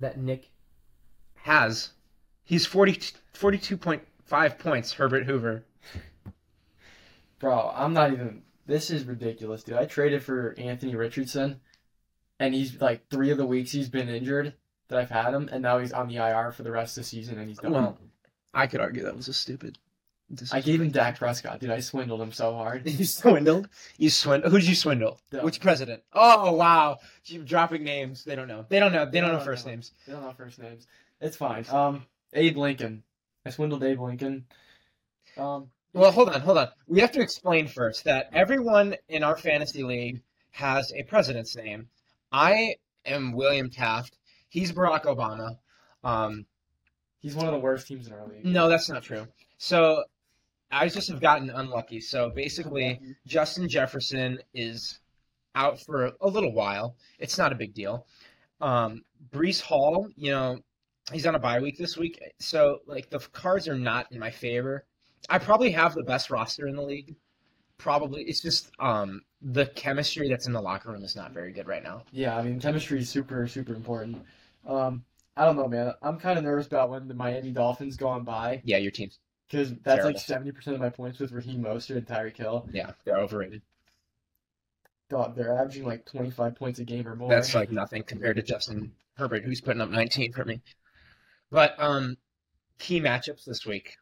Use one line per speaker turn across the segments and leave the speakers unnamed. that Nick
has. He's 40, 42.5 points, Herbert Hoover.
Bro, I'm not even. This is ridiculous, dude. I traded for Anthony Richardson, and he's like three of the weeks he's been injured that I've had him, and now he's on the IR for the rest of the season, and he's done.
Well, I could argue that was a stupid decision.
I gave him Dak Prescott, dude. I swindled him so hard.
You swindled? You swindled? Who'd you swindle?
No.
Which president? Oh, wow. You're dropping names. They don't know. They don't know. They don't
No,
know first
no.
names.
They don't know first names. It's fine. Um, Abe Lincoln. I swindled Abe Lincoln. Um,
Well, hold on, hold on. We have to explain first that everyone in our fantasy league has a president's name. I am William Taft. He's Barack Obama. Um,
he's one of the worst teams in our league.
no, that's not true. So I just have gotten unlucky. So basically, Justin Jefferson is out for a little while. It's not a big deal. Um, Brees Hall, you know, he's on a bye week this week. So, like, the cards are not in my favor. I probably have the best roster in the league. Probably. It's just um, the chemistry that's in the locker room is not very good right now.
Yeah, I mean, chemistry is super, super important. Um, I don't know, man. I'm kind of nervous about when the Miami Dolphins go on by
Yeah, your team's,
because that's like
Terrible.
70% of my points with Raheem Mostert and Tyreek Hill.
yeah, they're overrated.
Dog, they're averaging like 25 points a game or more.
That's like nothing compared to Justin Herbert, who's putting up 19 for me. But um, key matchups this week.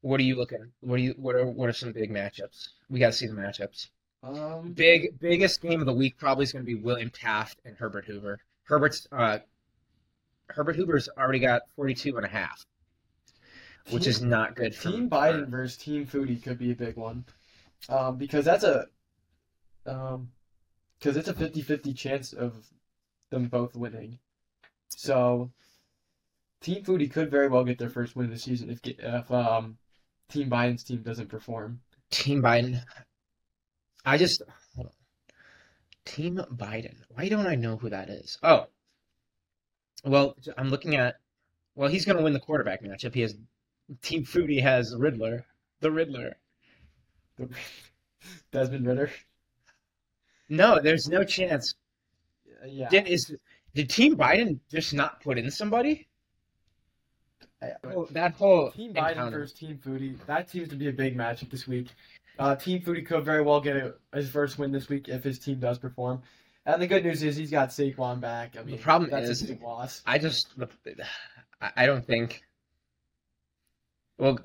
What are you looking? What do you? What are? What are some big matchups? We got to see the matchups.
um,
Big biggest game of the week probably is going to be William Taft and Herbert Hoover. Herbert's uh, Herbert Hoover's already got 42 and a half, which is not good for
Team Biden versus Team Foodie could be a big one, um, because that's a, um, because it's a 50-50 chance of them both winning. So, Team Foodie could very well get their first win of the season if if um, Team Biden's team doesn't perform.
Team Biden. I just hold on. Team Biden. Why don't I know who that is? Oh. Well, I'm looking at well, he's gonna win the quarterback matchup. He has Team Foodie has Riddler. The Riddler.
The- Desmond Ritter.
No, there's no chance.
Yeah.
Did is did Team Biden just not put in somebody?
I-
Oh, that whole
Team Biden
encounter.
versus Team Foodie. That seems to be a big matchup this week. Uh, team Foodie could very well get a, his first win this week if his team does perform. And the good news is he's got Saquon back. I mean,
problem
that's
is-
a big loss.
I just the, I I don't think. Well,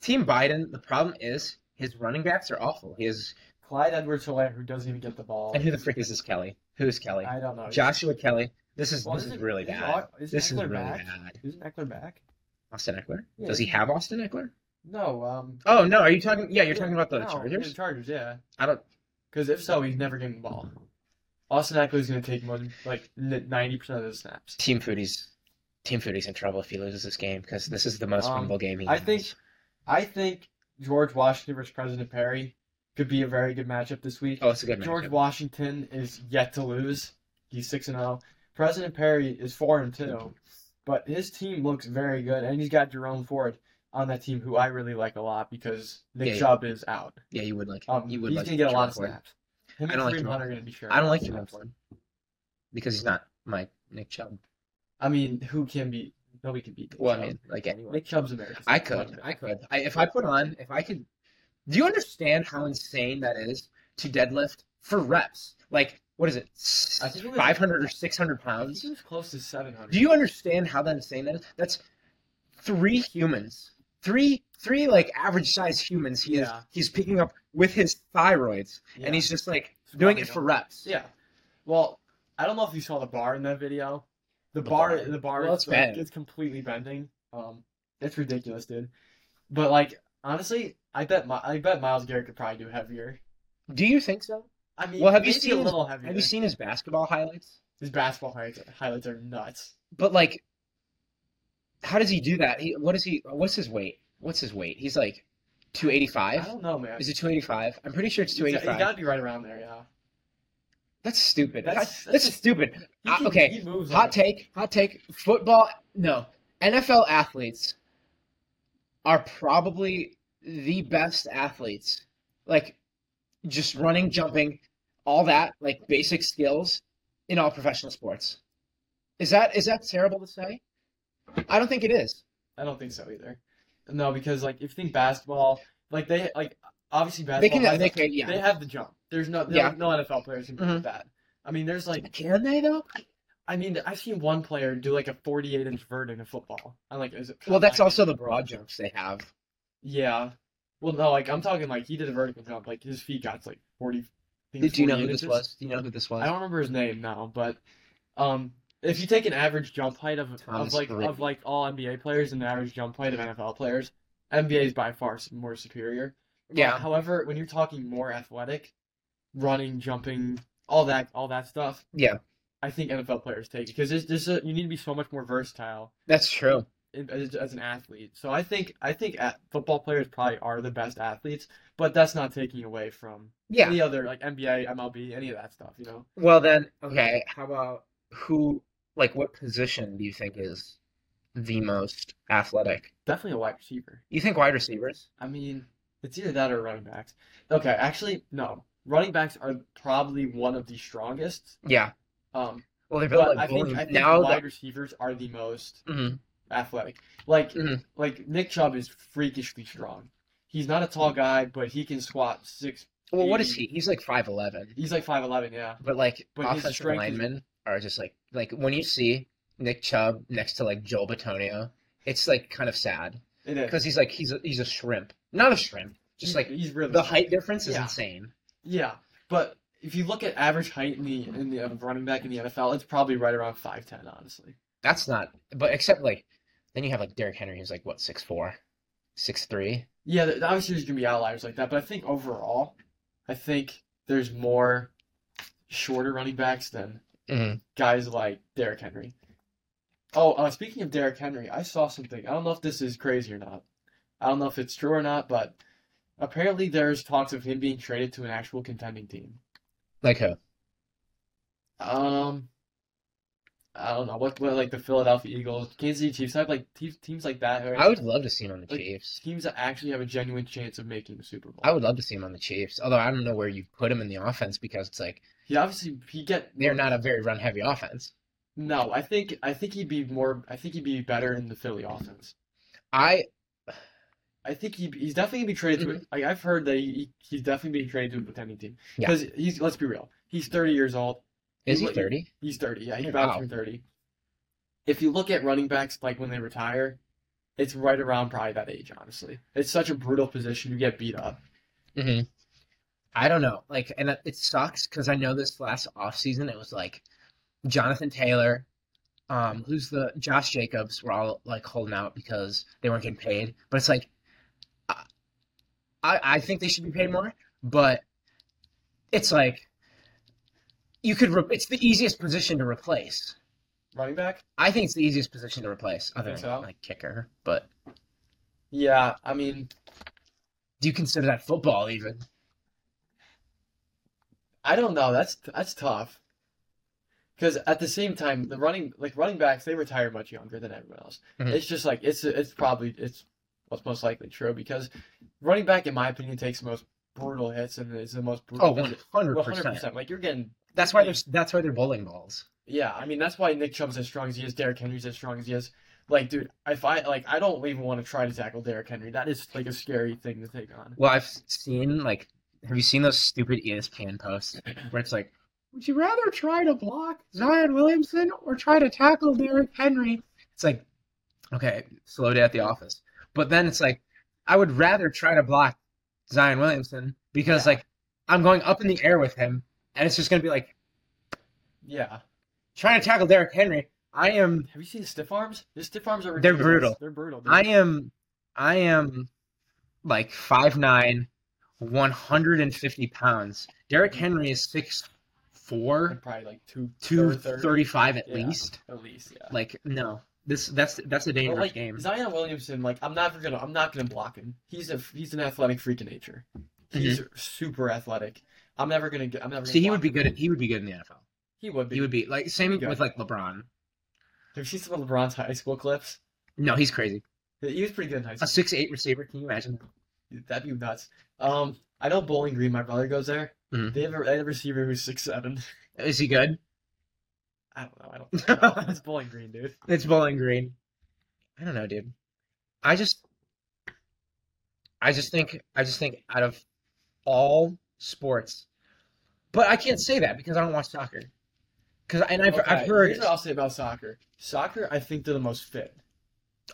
Team Biden. The problem is his running backs are awful. He is,
Clyde edwards hilaire who doesn't even get the ball.
and who the frick is this Kelly? Who is Kelly?
I don't know.
Joshua Kelly. This is
Well,
this is
isn't-
really
isn't
bad.
Au- isn't
This is
Eckler
really
back?
bad.
Isn't Eckler back?
Austin Eckler.
Yeah.
Does he have Austin Eckler?
No. Um,
Oh no, are you talking? Yeah, you're
yeah,
talking about the
no,
Chargers.
The Chargers, yeah.
I don't.
Because if so, he's never getting the ball. Austin Eckler's going to take more than, like n- 90% of the snaps.
Team Foodie's Team Foodie's in trouble if he loses this game because this is the most
Um,
winnable game he
I
has.
think I think George Washington versus President Perry could be a very good matchup this week.
Oh, it's a good
George
matchup.
Washington is yet to lose. He's six and zero. President Perry is four and two, but his team looks very good, and he's got Jerome Ford on that team, who I really like a lot because Nick
Yeah, yeah.
Chubb is out.
Yeah, you would like.
Um,
you would
he's
like
gonna get a lot of
Jordan Ford.
snaps. Him
I
and
don't like
Kareem
Jerome
Hunt are gonna be sure.
I don't like Jerome Ford because he's not my Nick Chubb.
I mean, who can be? Nobody can beat. Nick
Well, I
Chubb.
mean, like anyone.
Nick Chubb's American.
I could, I could. I, if I put on, if I could, do you understand how insane that is to deadlift for reps? Like, what is it,
I think it was-
five hundred or six hundred
I think
pounds?
he was close to seven hundred.
Do you understand how that insane that is? That's three humans, three, three like average size humans. He is,
Yeah.
he's picking up with his thyroids,
Yeah.
and he's just like doing it
Squatting
for
up.
reps.
Yeah. Well, I don't know if you saw the bar in that video. The,
The
bar,
bar.
the bar,
Well, it's
like,
bent.
it's completely bending. Um, it's ridiculous, dude. But like, honestly, I bet my, I bet Miles Garrett could probably do heavier.
Do you think so?
I mean,
Well, have you
maybe a
seen-
little heavier?
Have you seen his basketball highlights?
his basketball highlights? Highlights are nuts.
But like, how does he do that? He what is he? What's his weight? What's his weight? He's like two eighty
I
five.
don't know, man.
Is it two eighty five? I'm pretty sure it's two
You
eighty
got- you
five.
gotta be right around there, yeah.
That's stupid. That's,
That's- that's-
stupid.
He
Uh,
can-
okay,
he moves
Hot
like-
take. Hot take. Football. No, NFL athletes are probably the best athletes. Like, just running, jumping, all that, like basic skills in all professional sports. Is that is that terrible to say? I don't think it is.
I don't think so either. No, because like if you think basketball, like they like obviously
They
basketball
can,
has
they
the-
can, yeah.
they have the jump. There's no no,
Yeah.
no NFL players can be
Mhm.
that. I mean, there's like
Can they though?
I mean I've seen one player do like a 48 inch vert in a football. I'm like, is it?
Well, that's
combine?
also the broad jumps they have.
Yeah. Well, no, like I'm talking like he did a vertical jump. Like his feet got to, like 40. I think
Did you know who
48
this
inches.
was? Do you know who this was?
I don't remember his name now, but um, if you take an average jump height of, of
Thomas
like
Brady.
of like all NBA players and the average jump height of NFL players, NBA is by far s- more superior. But
Yeah.
however, when you're talking more athletic, running, jumping, all that, all that stuff,
Yeah,
I think NFL players take it because there's, there's a, you need to be so much more versatile
that's true.
in- as, as an athlete. So I think I think at, football players probably are the best athletes, but that's not taking away from
Yeah.
any other like NBA, MLB, any of that stuff. You know,
Well then, okay. How about who? Like, what position do you think is the most athletic?
definitely a wide receiver.
You think wide receivers?
I mean, it's either that or running backs. Okay, actually, no. Running backs are probably one of the strongest.
Yeah.
Um,
Well, they're
but
built
I
like
think
bowling.
I think
Now
wide
that
receivers are the most
Mhm.
athletic. Like
Mhm.
like Nick Chubb is freakishly strong. He's not a tall
Mm-hmm.
guy, but he can squat six.
well, what is he? He's like five eleven.
He's like five eleven. Yeah.
But like
But his
offensive
strength is-
linemen are just like like when you see Nick Chubb next to like Joel Batonio, it's like kind of sad
It is.
because he's like he's a, he's a shrimp, not a shrimp, just
He's-
like
he's really
the height difference is
Mm-hmm. Yeah.
insane.
Yeah, but if you look at average height in the in the of running back in the NFL, it's probably right around five ten, honestly.
That's not, but except like then you have like Derrick Henry who's like what six four, six three.
Yeah, th- obviously there's gonna be outliers like that, but I think overall, I think there's more shorter running backs than
Mm.
guys like Derrick Henry. Oh, uh, speaking of Derrick Henry, I saw something. I don't know if this is crazy or not. I don't know if it's true or not, but apparently there's talks of him being traded to an actual contending team.
Like who?
Um, I don't know what, what like the Philadelphia Eagles, Kansas City Chiefs, type like teams, teams like that. Or
I would love to see him on the
Like-
Chiefs.
teams that actually have a genuine chance of making the Super Bowl.
I would love to see him on the Chiefs. Although I don't know where you put him in the offense because it's like
He obviously he get
they're not a very run heavy offense.
no. I think I think he'd be more. I think he'd be better in the Philly offense.
I
I think he he's definitely gonna be traded to.
Mm-hmm.
Like I've heard that he, he's definitely being traded to a contending team
Yeah.
because he's let's be real. He's thirty years old.
is he
Like-
thirty?
He's 30. Yeah, he's
Oh,
about
wow.
to be 30. If you look at running backs, like when they retire, it's right around probably that age, honestly. It's such a brutal position. You get beat up. Mm-hmm.
hmm I don't know. Like, and it- it sucks because I know this last offseason it was like Jonathan Taylor, um, who's the Josh Jacobs were all like holding out because they weren't getting paid. But it's like, I, I I think they should be paid more, but it's like you could, re- it's the easiest position to replace.
Running back?
I think it's the easiest position to replace,
You
other than
think so?
like kicker. But
Yeah, I mean,
do you consider that football even?
I don't know. That's that's tough. Because at the same time, the running like running backs they retire much younger than everyone else.
Mhm.
It's just like it's it's probably it's what's most likely true because running back, in my opinion, takes the most brutal hits and is the most brutal.
Oh, 100%.
percent. Like you're getting
That's why there's that's why they're bowling balls.
Yeah, I mean that's why Nick Chubb's as strong as he is. Derrick Henry's as strong as he is. Like, dude, if I like, I don't even want to try to tackle Derrick Henry. That is like a scary thing to take on.
Well, I've seen like, have you seen those stupid E ESPN posts where it's like, would you rather try to block Zion Williamson or try to tackle Derrick Henry? It's like, okay, slow day at the office. But then it's like, I would rather try to block Zion Williamson because
Yeah.
like I'm going up in the air with him, and it's just gonna be like
Yeah.
trying to tackle Derrick Henry. I am,
Have you seen the stiff arms? The stiff arms are
They're brutal.
ridiculous. They're brutal.
I am, I am, like five nine. 150 pounds. Derrick Henry is six
They're
four,
probably like two,
two
third,
thirty five at
Yeah.
least.
at least. Yeah.
Like no, this that's that's a
But
dangerous
like
game.
Zion Williamson, like I'm never gonna, I'm not gonna block him. He's a, he's an athletic freak in nature. He's super athletic. I'm never gonna get, I'm never.
Mm-hmm. See,
gonna
he would
block
be
him.
good. At, he would be good in the NFL.
He would be.
He would be like same
Yeah.
with like LeBron.
Have you seen some of LeBron's high school clips?
No, he's crazy.
He was pretty good in high
A
school.
six eight receiver. Can you imagine?
That'd be nuts. Um, I know Bowling Green. My brother goes there.
Mhm.
They have a, they have a receiver who's six seven.
Is he good?
I don't know. I don't. fucking know. it's Bowling Green, dude.
It's Bowling Green. I don't know, dude. I just, I just think, I just think out of all sports, but I can't say that because I don't watch soccer. Because and I've, I've
Okay,
heard
Here's what I'll say about soccer. Soccer, I think they're the most fit.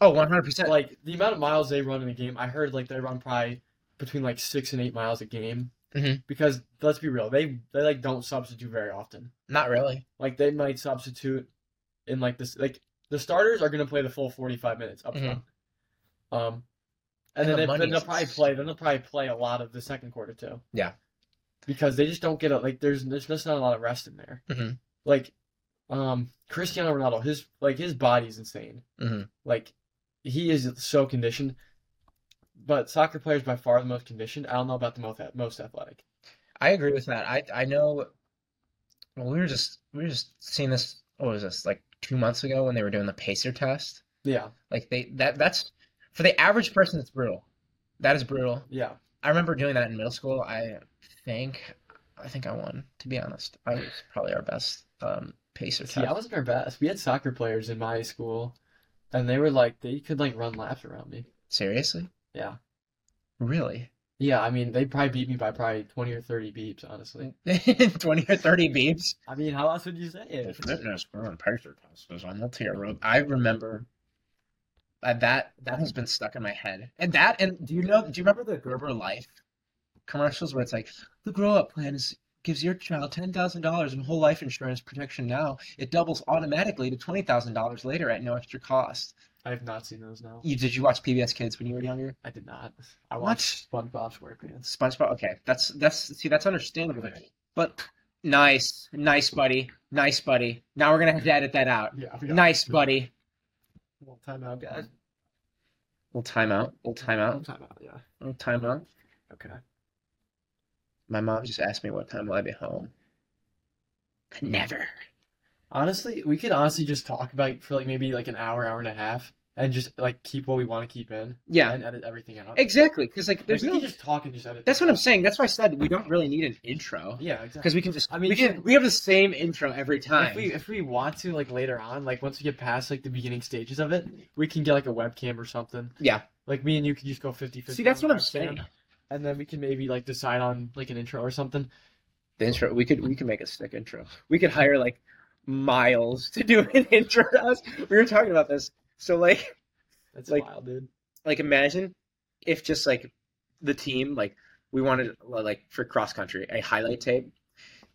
oh 100 percent
Like the amount of miles they run in a game, I heard like they run probably between like six and eight miles a game.
Mhm.
Because let's be real, they they like don't substitute very often.
not really
Like they might substitute in like this like the starters are gonna play the full forty five minutes up
Mhm.
front. Um
And
and then,
the
they, then
money's-
they'll probably play then they'll probably play a lot of the second quarter too.
Yeah.
Because they just don't get a like there's there's just not a lot of rest in there.
Mhm.
Like um Cristiano Ronaldo, his like his body's insane.
Mhm.
Like he is so conditioned. But soccer players by far the most conditioned. I don't know about the most most athletic.
I agree with that I I know well, we were just we were just seeing this what was this like two months ago when they were doing the pacer test
Yeah,
like they that that's for the average person that's brutal that is brutal
yeah.
I remember doing that in middle school. I think I think I won, to be honest. I was probably our best um pacer
See, I
type.
wasn't our best. We had soccer players in my school, and they were like they could like run laps around me.
Seriously?
Yeah.
Really?
Yeah, I mean they probably beat me by probably twenty or thirty beeps, honestly.
20 or 30 beeps?
I mean, how else would you say
The
it?
fitness burn pacer test was on multi road. I remember uh, that that has been stuck in my head. And that and do you know do you remember the Gerber Life commercials where it's like the grow up plan is gives your child ten thousand dollars in whole life insurance protection now. It doubles automatically to twenty thousand dollars later at no extra cost.
I have not seen those now.
You did you watch PBS Kids when you were younger?
I did not. I
What?
watched SpongeBob's SquarePants.
SpongeBob. Okay, that's that's see that's understandable. But nice, nice buddy, nice buddy. Now we're gonna have to edit that out.
Yeah.
Nice buddy.
Well, time out, guys.
We'll time out. We'll time out.
Time out. Yeah.
We'll time out.
Okay.
My mom just asked me what time will I be home. Never.
Honestly, we could honestly just talk about for like maybe like an hour, hour and a half, and just like keep what we want to keep in
Yeah,
and edit everything out. Like,
exactly. Because like, there's
we
no.
could just talk and just edit.
That's
things
what I'm
out.
saying. That's why I said we don't really need an intro
Yeah, exactly.
because we can just.
I
I
mean,
mean, we can. We have the same intro every
If
time.
we if we want to like later on, like once we get past like the beginning stages of it, we can get like a webcam or something.
Yeah.
Like me and you can just go 50-50.
See, that's
on
what I'm
webcam,
saying.
And then we can maybe like decide on like an intro or something.
The intro we could we could make a sick intro. We could hire like Miles to do an intro to us. We were talking about this. So like
That's
Like-
wild, dude.
like imagine if just like the team like we wanted like for cross country a highlight tape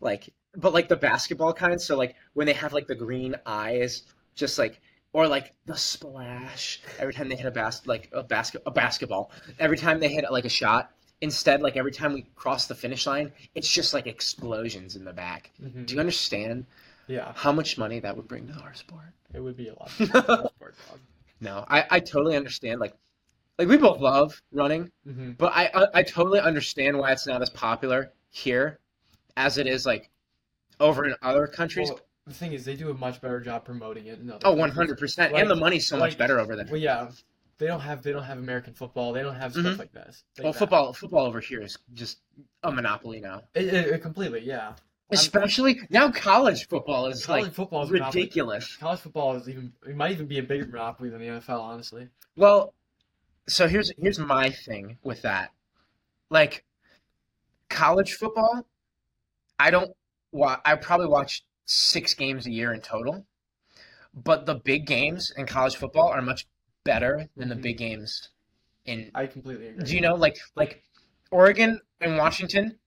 like but like the basketball kind so like when they have like the green eyes just like or like the splash every time they hit a bas- like a basket a basketball every time they hit like a shot instead like every time we cross the finish line it's just like explosions in the back do you understand
Mm-hmm. Yeah,
how much money that would bring to our sport?
it would be a lot. Of fun.
No, I, I totally understand. Like, like we both love running,
mm-hmm.
but I, I I totally understand why it's not as popular here as it is like over in other countries.
Well, the thing is, they do a much better job promoting it. In other
oh,
countries.
one hundred percent,
Like-
and the money's so
like-
much better over there.
Well, yeah, they don't have they don't have American football. They don't have stuff
Mhm.
like this. Like
Well,
that.
football football over here is just a monopoly now.
It, it- it completely, yeah.
Especially now, college football is
College
like
football is monopoly.
ridiculous.
College football is even it might even be a bigger monopoly than the NFL, honestly.
Well, so here's here's my thing with that. Like college football, I don't wa I probably watch six games a year in total, but the big games in college football are much better than the
Mhm.
big games in
I completely agree.
do you know like like Oregon and Washington?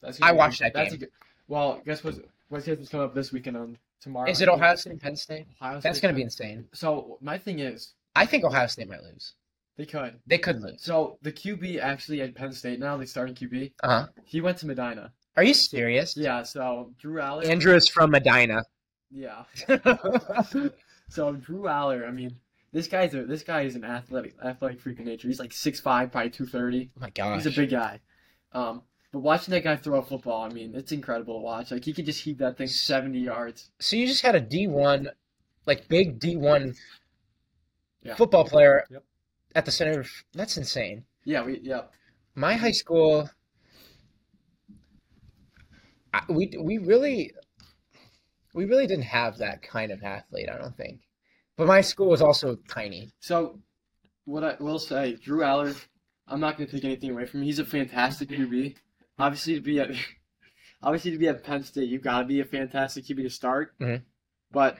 That's
I
gonna be-
watched that
that's
game.
A good, well, guess what's what's what's coming up this weekend on tomorrow?
Is it Ohio State and Penn State?
Ohio
That's
State-
going to be insane.
So my thing is
I think Ohio State might lose.
they could.
They could lose.
So the QB actually at Penn State now they starting QB.
Uh-huh.
He went to Medina.
Are you serious?
Yeah. So Drew Aller.
Andrew is from Medina. Oh
yeah. So Drew Aller. I mean, this guy's a this guy is an athletic athletic freak of nature. He's like 6'5", probably two thirty.
Oh my gosh.
He's a big guy. Um, but watching that guy throw a football, I mean, it's incredible to watch. Like he could just heave that thing seventy yards.
So you just had a D1, like big D1
Yeah.
football player
Yep.
at the center. Of, that's insane.
Yeah, we yeah.
My high school, I, we we really we really didn't have that kind of athlete, I don't think. But my school was also tiny.
So, what I will say, Drew Aller, I'm not going to take anything away from him. He's a fantastic QB. Obviously, to be at obviously to be at Penn State, you've got to be a fantastic QB to start.
Mhm.
But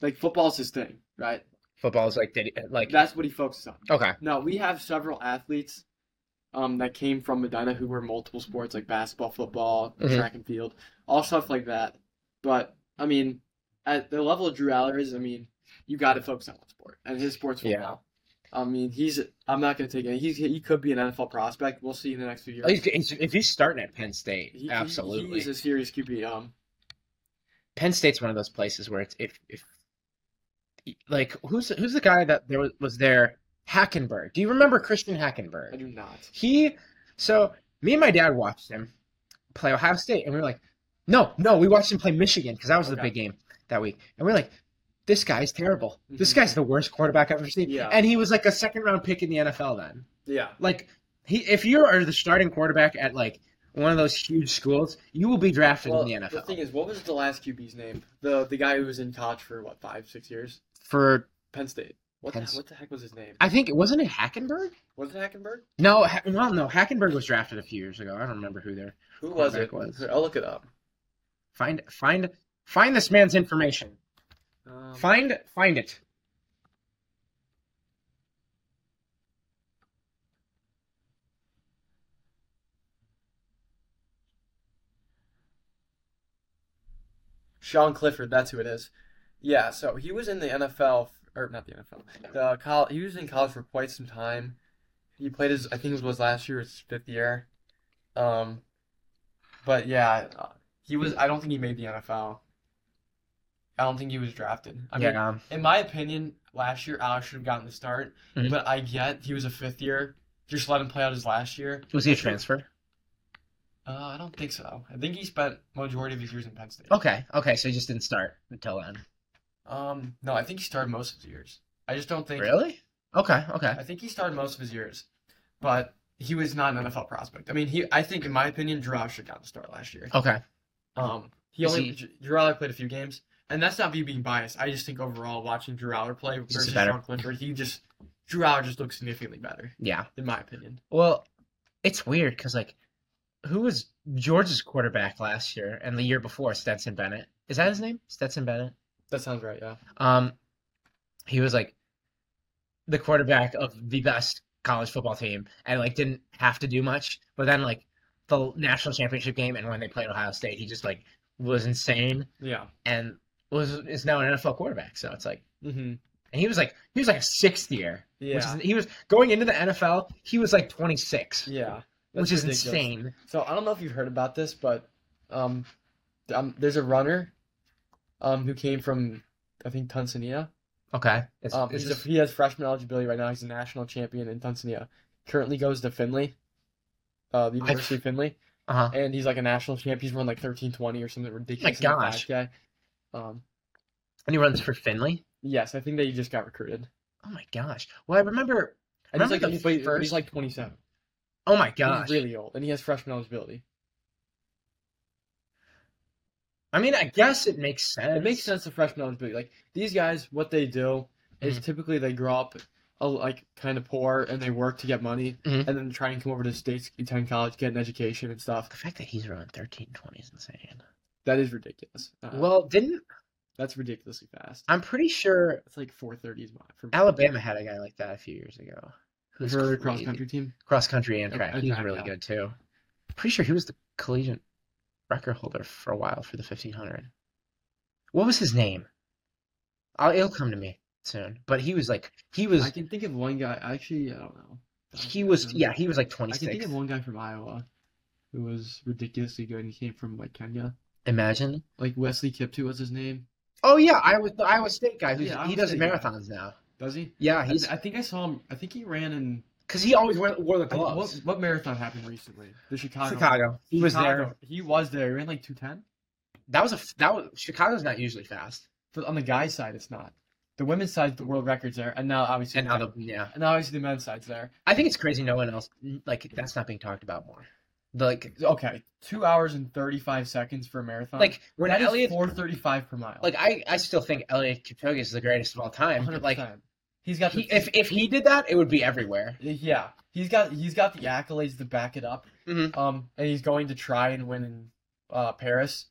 like football's his thing, right?
Football is like did like
That's what he focuses on.
okay.
No, we have several athletes um, that came from Medina who were multiple sports like basketball, football,
Mhm.
track and field, all stuff like that. But I mean, at the level of Drew Aller is, I mean, you got to focus on one sport, and his sport's
Yeah.
football. I mean, he's. I'm not gonna take any. He's. He could be an NFL prospect. We'll see in the next few years.
Oh, He's- he's- If he's starting at Penn State,
He- he-
absolutely.
He's a serious QB. Um,
Penn State's one of those places where it's if if like who's who's the guy that there was, was there Hackenberg. Do you remember Christian
I
Hackenberg?
do not.
He so me and my dad watched him play Ohio State, and we were like, no, no, we watched him play Michigan because that was the
Okay.
big game that week, and we are like. This guy's terrible. This
Mhm.
guy's the worst quarterback I've ever seen.
Yeah.
And he was like a second round pick in the NFL then
Yeah.
like he if you are the starting quarterback at like one of those huge schools, you will be drafted
Well,
in the NFL
the thing is, what was the last QB's name? The the guy who was in college for what five, six years?
for
Penn State. What the,
Penn S-
what the heck was his name?
I think it wasn't it Hackenberg.
Was it Hackenberg?
No, ha- well, no, Hackenberg was drafted a few years ago. I don't remember who there.
Who was it?
Quarterback was.
I'll look it up.
Find find find this man's information.
Um,
Find find it.
Sean Clifford. That's who it is. Yeah. So he was in the NFL, f- or not the NFL. The col- He was in college for quite some time. He played his. I think it was last year, his fifth year. Um, but yeah, uh, he was. I don't think he made the NFL. I don't think he was drafted. I mean,
yeah, um,
in my opinion, last year Alex should have gotten the start,
Mhm.
but I get he was a fifth year. Just let him play out his last year.
was he a transfer?
Uh, I don't think so. I think he spent majority of his years in Penn State.
Okay, okay, so he just didn't start until then.
Um, no, I think he started most of his years. I just don't think.
Really? Okay, okay.
I think he started most of his years, but he was not an NFL prospect. I mean, he. I think, in my opinion, Drew Aller should have gotten the start last year.
Okay.
Um, he
Is
only
he-
J- Drew Aller played a few games, and that's not me being biased. I just think overall, watching Drew Aller play versus
better.
Sean Clifford, he just Drew Aller just looks significantly better,
Yeah.
in my opinion.
Well, it's weird because like, who was George's quarterback last year and the year before Stetson Bennett? Is that his name? Stetson Bennett.
That sounds right. Yeah.
Um, he was like the quarterback of the best college football team, and like didn't have to do much. But then like the national championship game, and when they played Ohio State, he just like was insane
Yeah.
and was is now an NFL quarterback. So it's like,
Mm-hmm.
and he was like he was like a sixth year,
Yeah.
which is he was going into the NFL. He was like 26,
yeah.
which
That's
is
ridiculous.
insane.
So I don't know if you've heard about this, but um, th- um there's a runner um who came from I think Tanzania.
Okay, it's,
Um,
it's
he's a,
just-
he has freshman eligibility right now. He's a national champion in Tanzania. Currently goes to Finley, uh, the University of Finley,
uh-huh.
and he's like a national champ. He's run like thirteen twenty or something ridiculous.
gosh.
guy. Um,
and he runs for Finley.
yes, I think that he just got recruited.
Oh my gosh! Well, I remember.
And he's
Remember
like
the
he's, wait,
first-
he's like twenty seven.
Oh my
He's
gosh!
really old, and he has freshman eligibility.
I mean, I guess it makes sense.
It makes sense to freshman eligibility. Like these guys, what they do is
Mm-hmm.
typically they grow up uh, like kind of poor and they work to get money
Mhm.
and then try and come over to states attend college, get an education and stuff.
The fact that he's around 1320 is insane.
That is ridiculous. Uh,
Well, didn't
that's ridiculously fast.
I'm pretty sure
It's like four thirties mile from
Alabama had a guy like that a few years ago. Who's
her cross country team.
cross country and
Oh,
track.
and
He was
track,
really
yeah.
good too. Pretty sure he was the collegiate record holder for a while for the 1500. What was his name? I'll, it'll come to me soon. But he was like he
I
was
can think of one guy. Actually, I don't know.
he was yeah he was like
I can think
26.
of one guy from Iowa who was ridiculously good. and He came from like Kenya.
Imagine.
Like Wesley Kiptoo was his name.
Oh yeah, I was the Iowa State guy. Who's,
Yeah,
he
Iowa
does
State guy.
marathons now.
Does he?
Yeah,
I,
he's
I think I saw him. I think he ran in
because he always wore, wore the
I- What,
gloves.
what marathon happened recently? The Chicago.
Chicago. He was there.
Chicago. He was there. He ran like 210.
That was a f- that was Chicago's not usually fast,
But on the guy's side, it's not. The women's side's the world record's there. And now, obviously,
and now the yeah,
and now obviously the men's side's there.
I think it's crazy no one else like that's not being talked about more. Like,
Okay, two hours and thirty-five seconds for a marathon.
like when Elliot,
four thirty-five per mile.
like I, I still think Elliot Kipchoge is the greatest of all time. but, Like,
100%. he's got the,
he, if if he did that, it would be everywhere.
yeah, he's got he's got the accolades to back it up.
Mhm.
Um, and he's going to try and win in uh, Paris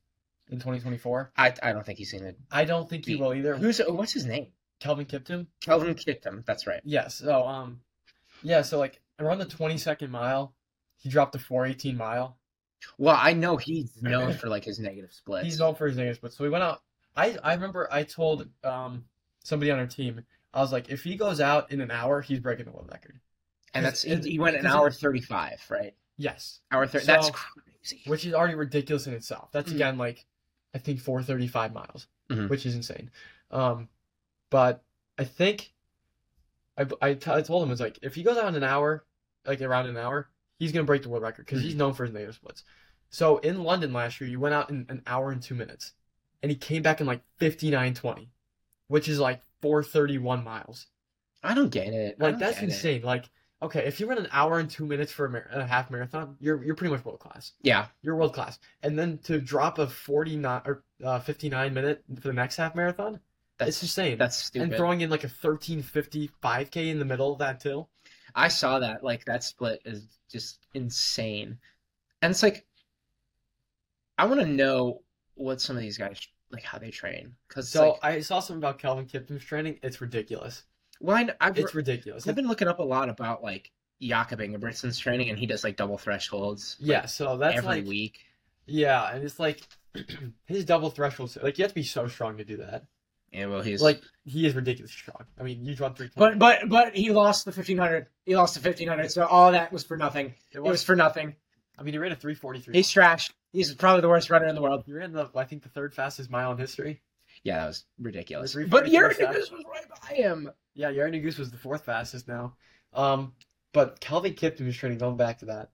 in twenty twenty-four.
I, I don't think he's gonna.
I don't think he
Be-
will either.
Who's what's his name?
Kelvin Kipton.
Kelvin Kiptum. That's right.
Yeah, so um yeah, so like around the twenty second mile, he dropped a four eighteen mile.
Well, I know he's known for like his negative splits.
He's known for his negative splits. So we went out I I remember I told um somebody on our team, I was like, if he goes out in an hour, he's breaking the world record.
and that's he,
Is-
he went an
is it-
hour thirty five, right?
Yes.
Hour thirty. that's
So-
crazy.
Which is already ridiculous in itself. That's
Mhm.
again like I think four thirty five miles,
Mhm.
which is insane. Um but I think I I t- I told him it's like if he goes out in an hour, like around an hour, he's gonna break the world record because
Mm-hmm.
he's known for his native splits. So in London last year, you went out in an hour and two minutes, and he came back in like fifty nine twenty, which is like four thirty one miles.
I don't get it. I
Like
don't
that's
get it.
insane. Like okay, if you run an hour and two minutes for a, mar- a half marathon, you're you're pretty much world class.
Yeah,
You're world class. And then to drop a 49 or uh, 59 minute for the next half marathon,
that's
it's insane.
that's stupid.
and throwing in like a 1355k in the middle of that too.
I saw that. Like that split is just insane, and it's like I want to know what some of these guys like how they train because
So
like,
I saw something about Calvin Kipton's training. It's ridiculous.
well, I, I've
It's ridiculous.
I've been looking up a lot about like Jakob Ingebrigtsen's training, and he does like double thresholds. like,
yeah, so that's
every
like
week.
yeah, and it's like his double threshold. Like you have to be so strong to do that.
Yeah, well, he's
Like he is ridiculously strong. I mean, you dropped three.
But but but he lost the fifteen hundred. He lost the fifteen hundred. So all that was for nothing.
it
It
was,
was for nothing.
I mean, he ran a 343.
He's trash. He's probably the worst runner in the world.
you ran the I think the third fastest mile in history.
yeah, that was ridiculous.
Like,
But
refresh
your
yourself.
was right by him.
Yeah, Yarny Goose was the fourth fastest now. Um, but Calvin Kipton was training, going back to that.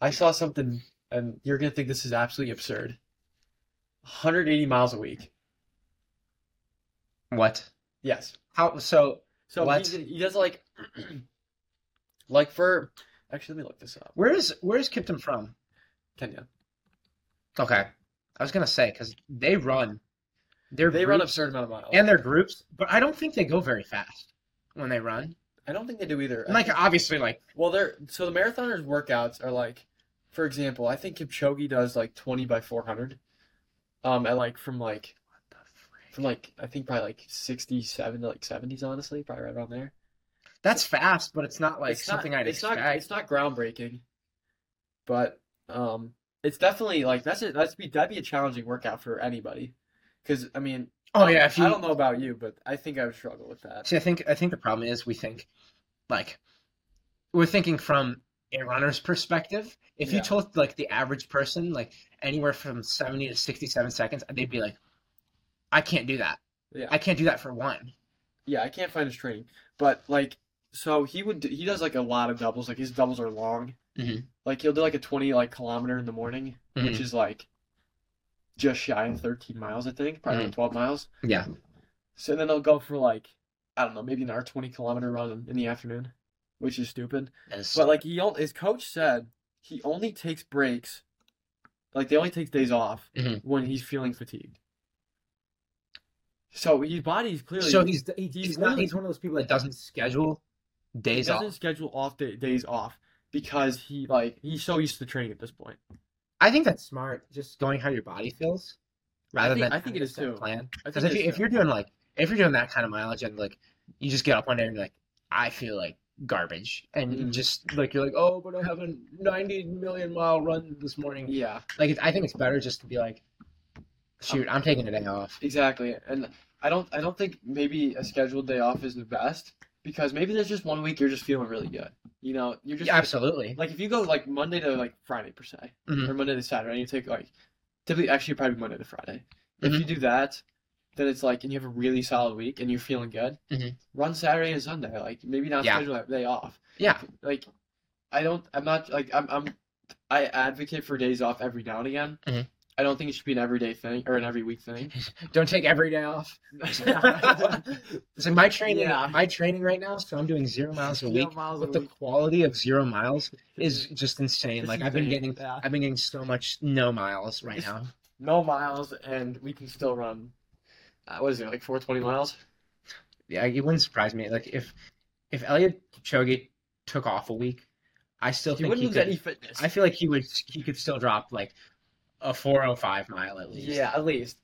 I saw something, and you're going to think this is absolutely absurd. 180 miles a week.
What?
Yes.
How? So
So
What?
He, he does like, like for, actually, let me look this up.
where is where is Kipton from?
Kenya.
Okay, I was gonna say because they run, they're
They run absurd amount of miles.
and their groups, but I don't think they go very fast when they run.
I don't think they do either. I
Like
think-
obviously, like
well, they're, so the marathoners' workouts are like, for example, I think Kipchoge does like 20 by 400. Um, at like from like,
what the frick?
from like I think probably like sixty seven to like seventies, honestly, probably right around there.
That's fast, but it's not like
It's not-
something I'd
it's
expect.
Not, it's not groundbreaking, but um, it's definitely like that's a, that's be that'd be a challenging workout for anybody. Because I mean,
oh yeah, if you
I don't know about you, but I think I would struggle with that.
See, I think I think the problem is we think like we're thinking from a runner's perspective. If
Yeah.
you told like the average person like anywhere from 70 to 67 seconds, they'd be like I can't do that.
Yeah.
I can't do that for one.
Yeah, I can't find his training, but like, so he would he does like a lot of doubles. Like his doubles are long.
Mhm.
Like he'll do like a twenty like kilometer in the morning, which
Mm-hmm.
is like just shy of thirteen miles, I think, probably
Mm-hmm.
around twelve miles.
Yeah.
So then they'll go for like I don't know, maybe an hour twenty kilometer run in the afternoon, which is stupid.
It's-
But like he only, his coach said he only takes breaks, like they only takes days off
Mhm.
when he's feeling fatigued. So his body's clearly
so he's he-
he's
he's, not
literally-
he's one of those people that doesn't schedule
he
days
doesn't
off.
schedule off day, days off because he like he's so used to training at this point.
I think that's smart. Just going how your body feels rather
think-
than
I
having
think it
a
is
set
too.
plan.
I
Because
think
if, you,
it's
if
fair.
you're doing like if you're doing that kind of mileage and like you just get up one day and you're like I feel like garbage and you
Mm-hmm.
Mhm.
just like you're like oh but I have a 90 million mile run this morning
yeah,
like it's, I think it's better just to be like shoot I'm taking a day off
exactly. And I don't I don't think maybe a scheduled day off is the best because maybe there's just one week you're just feeling really good. You know, you're just
yeah, absolutely
like if you go like Monday to like Friday per se,
Mhm.
or Monday to Saturday, and you take like typically actually probably Monday to Friday. If
Mhm.
you do that, then it's like and you have a really solid week and you're feeling good.
Mhm.
Run Saturday and Sunday, like maybe not
Yeah.
schedule that day off.
yeah
Like I don't, I'm not like I'm, I'm I advocate for days off every now and again,
Mhm.
I don't think it should be an everyday thing or an every week thing.
Don't take every day off. It's like my training,
Yeah.
my training right now. So I'm doing zero miles a
Zero
week.
miles a
But the
week.
quality of zero miles is just insane.
It's
Like I've been
insane.
getting,
Yeah.
I've been getting so much no miles right
It's-
now.
No miles, and we can still run. Uh, what is it like 420 miles?
Yeah, it wouldn't surprise me. Like if if Elliot Kipchoge took off a week, I still
You
think
wouldn't
he
lose
could.
any fitness.
I feel like he would. He could still drop like a 405 mile at least.
Yeah, at least.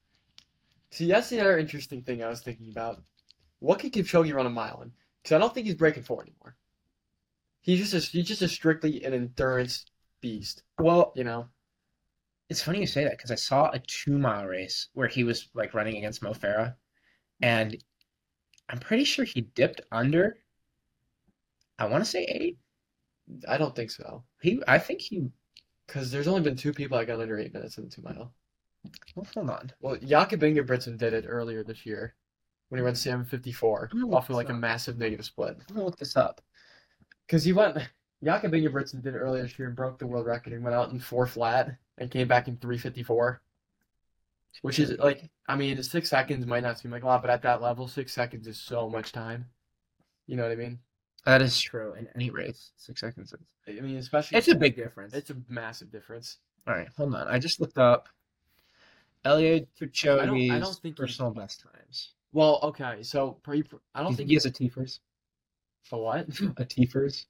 See, that's the other interesting thing I was thinking about. What could Kipchoge run a mile in? Because I don't think he's breaking four anymore. He's just a, he's just a strictly an endurance beast,
Well,
you know.
it's funny you say that because I saw a two mile race where he was like running against Mo Farah, and I'm pretty sure he dipped under. I want to say eight.
I don't think so.
He, I think he.
Because there's only been two people that got under eight minutes in the two mile.
Well, hold on.
Well, Jakob Ingebrigtsen did it earlier this year when he ran 754
I'm gonna look
off of like
this
a
up.
massive negative split.
I'm gonna look this up.
Because he went, Jakob Ingebrigtsen did it earlier this year and broke the world record and went out in four flat and came back in 354, which is like, I mean, six seconds might not seem like a lot, but at that level, six seconds is so much time. You know what I mean?
That is true in any race. Six seconds. is-
I mean, especially
It's a big difference.
it's a massive difference.
All right, hold on. I just looked up Elliot Kipchoge's
I don't- I don't think he-
personal best times.
Well, okay, so pre, I
Do
don't
you
think
think he has a T-first?
a what?
A T-first?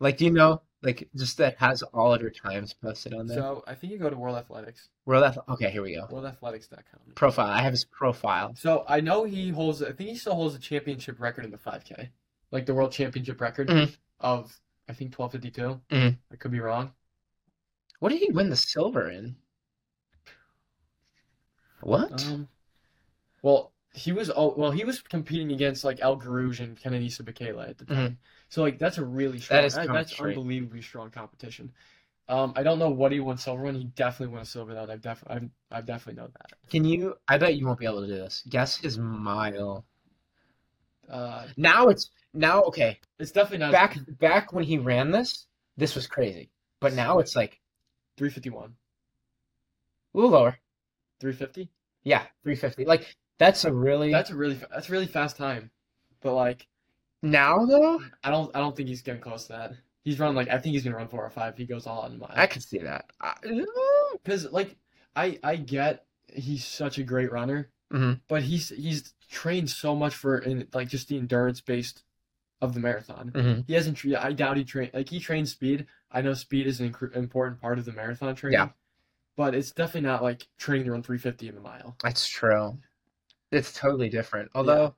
Like, do you know? Like, just that has all of your times posted on there.
So I think you go to World Athletics,
World Ath- Okay, here we go.
worldathletics.com.
Profile. I have his profile.
So I know he holds. I think he still holds a championship record in the 5K, like the world championship record
Mhm.
of I think 12:52.
Mhm.
I could be wrong.
What did he win the silver in? What?
Um, well, he was all well. He was competing against like El Garouge and Kenenisa Bekele at the time. So like that's a really strong.
Mm-hmm. is kind of
that's
straight.
unbelievably strong competition. Um, I don't know what he won silver in. He definitely won a silver though. I've def I've, I've definitely know that.
Can you? I bet you won't be able to do this. Guess his mile.
Uh,
Now it's now okay.
it's definitely not
Back back when he ran this, this was crazy. But now it's like
351,
a little lower.
350.
Yeah, 350. Like that's a really
That's a really fa- that's a really fast time, but like.
now though.
I don't. I don't think he's getting close to that. He's running like I think he's gonna run four or five. He goes all on
I
mile.
could see that. I,
Because like I I get he's such a great runner,
Mhm.
but he's he's trained so much for in like just the endurance based of the marathon.
Mhm.
He hasn't. Tre- I doubt he trained like he trained speed. I know speed is an incre- important part of the marathon training.
Yeah.
But it's definitely not like training to run 350 in the mile.
That's true. It's totally different. Although,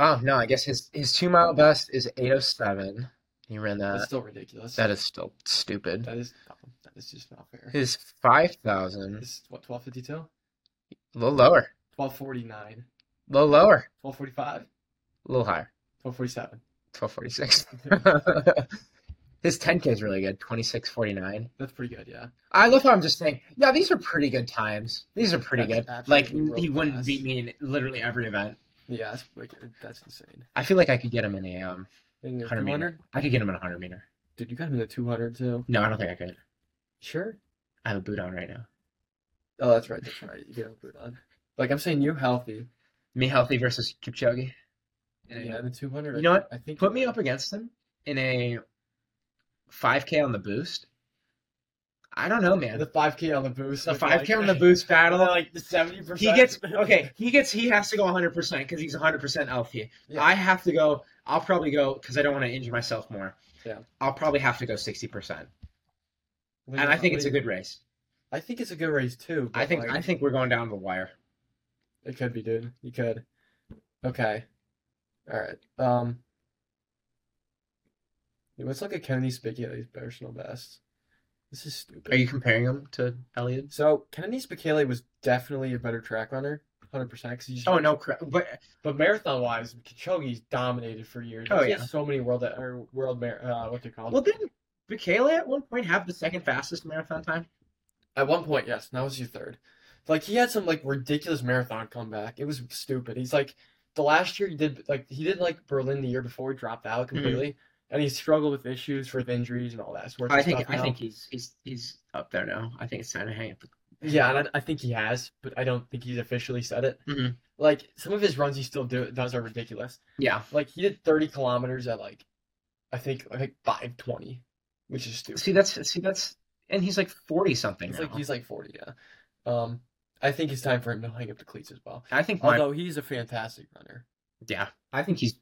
oh no, I guess his his two mile best is 807. He ran
That's
that.
still ridiculous.
Uh, That is Hmm. still stupid.
that is dumb. that is just not fair.
His 5,000,
It's what 1252,
a little lower,
1249,
a little lower,
1245,
a little higher,
1247.
1246. His 10K is really good, 2649.
That's pretty good, yeah.
I love how I'm just saying, yeah, these are pretty good times. These are pretty
That's
good. Like,
absolutely
he wouldn't
world-class.
beat me in literally every event.
Yeah, that's like, that's insane.
I feel like I could get him in a um,
In the
100 meter.
200?
I could get him in a 100 meter.
Dude, you got him in the 200 too.
No, I don't think I could.
Sure.
I have a boot on right now.
Oh, that's right. That's right. You get him put on. Like I'm saying, you're healthy.
Me healthy versus Kipchoge.
Yeah,
In a-
in the 200.
You know what?
I think
Put me up against him in a 5K on the boost. I don't know, man.
the 5K on the boost.
The
with,
5K
like-
on the boost battle.
like the 70%.
he gets okay. He gets. He has to go 100 percent because he's 100 percent healthy.
Yeah.
I have to go. I'll probably go because I don't want to injure myself more.
Yeah.
I'll probably have to go 60 percent,
Like,
and I think it's a
like,
good race.
I think it's a good race too.
I
but,
think.
like,
I think we're going down to the wire.
it could be, dude. You could. Okay. All right. Um. dude, Let's look at Kennedy Spicchietti's personal best. This is stupid.
Are you comparing him to Elliot?
So Kennedy Spicale was definitely a better track runner, hundred percent. Because he's
Oh no, cra- but
but marathon wise, Kipchoge's dominated for years.
Oh,
he
yeah.
has so many world or world mar- uh, what they called.
well, didn't Bekele at one point have the second fastest marathon time?
At one point, yes, and that was your third. Like he had some like ridiculous marathon comeback. It was Mm-hmm. stupid. He's like the last year he did like he did like Berlin the year before he dropped out completely. and he struggled with issues with injuries and all that sorts of
I think
stuff.
I
now.
think he's he's he's up there now. I think it's time to hang up. the-
Yeah, and I, I think he has, but I don't think he's officially said it.
Mhm.
Like some of his runs he still do, does are ridiculous.
Yeah,
Like he did 30 kilometers at like, I think I think 520, which is stupid.
See, that's see, that's and he's like forty something
It's
now.
like he's like 40. Yeah. Um, I think it's time for him to hang up the cleats as well.
I think my,
Although he's a fantastic runner.
yeah, I think he's.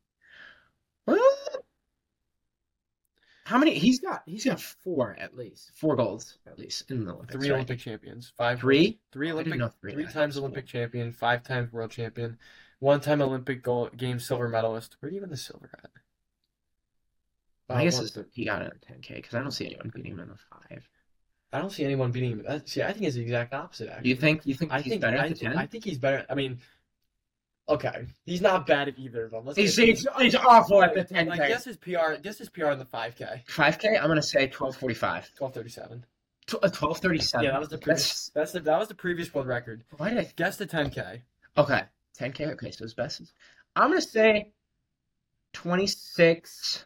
How many? He's got he's got four at least, four golds at least in the Olympics.
Three
right?
Olympic champions, five
Three?
three
I didn't
Olympic
know three.
three
I thought it
times
was four.
Olympic champion, five times world champion, one time Olympic gold game silver medalist. Where do you win the silver at?
I
Uh,
guess
one-
it's, he got it in ten k because I don't see anyone beating him in the five.
I don't see anyone beating him. That, see, I think it's the exact opposite, actually.
You think you think
I
he's
think
better
I,
at the
thi-
ten?
I think he's better. I mean, okay, he's not bad at either of them. Let's
He's,
get-
he's, he's awful at the
like,
10
guess his PR. Guess his PR in the five k.
Five k? I'm gonna say twelve forty five.
Twelve thirty seven.
Twelve thirty seven.
Yeah, that was the previous. That's the that was the previous world record.
Why did I
Guess the ten k.
Okay, 10k. Okay, so his best is. I'm gonna say 26,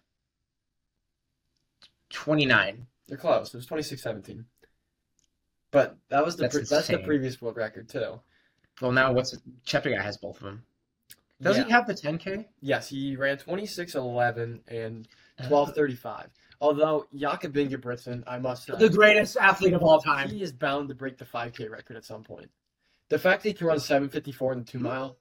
29.
You're close. It was twenty six seventeen. But that was the
That's
pre- that's the
insane.
previous world record too.
Well, now what's Chapter guy has both of them. Does
Yeah.
he have the 10k?
Yes, he ran twenty six eleven and twelve thirty five. Although Jakob Ingebrigtsen, I must say,
the greatest athlete of all time.
He is bound to break the 5K record at some point. The fact that he can run 754 in the
Mm-hmm.
two mile,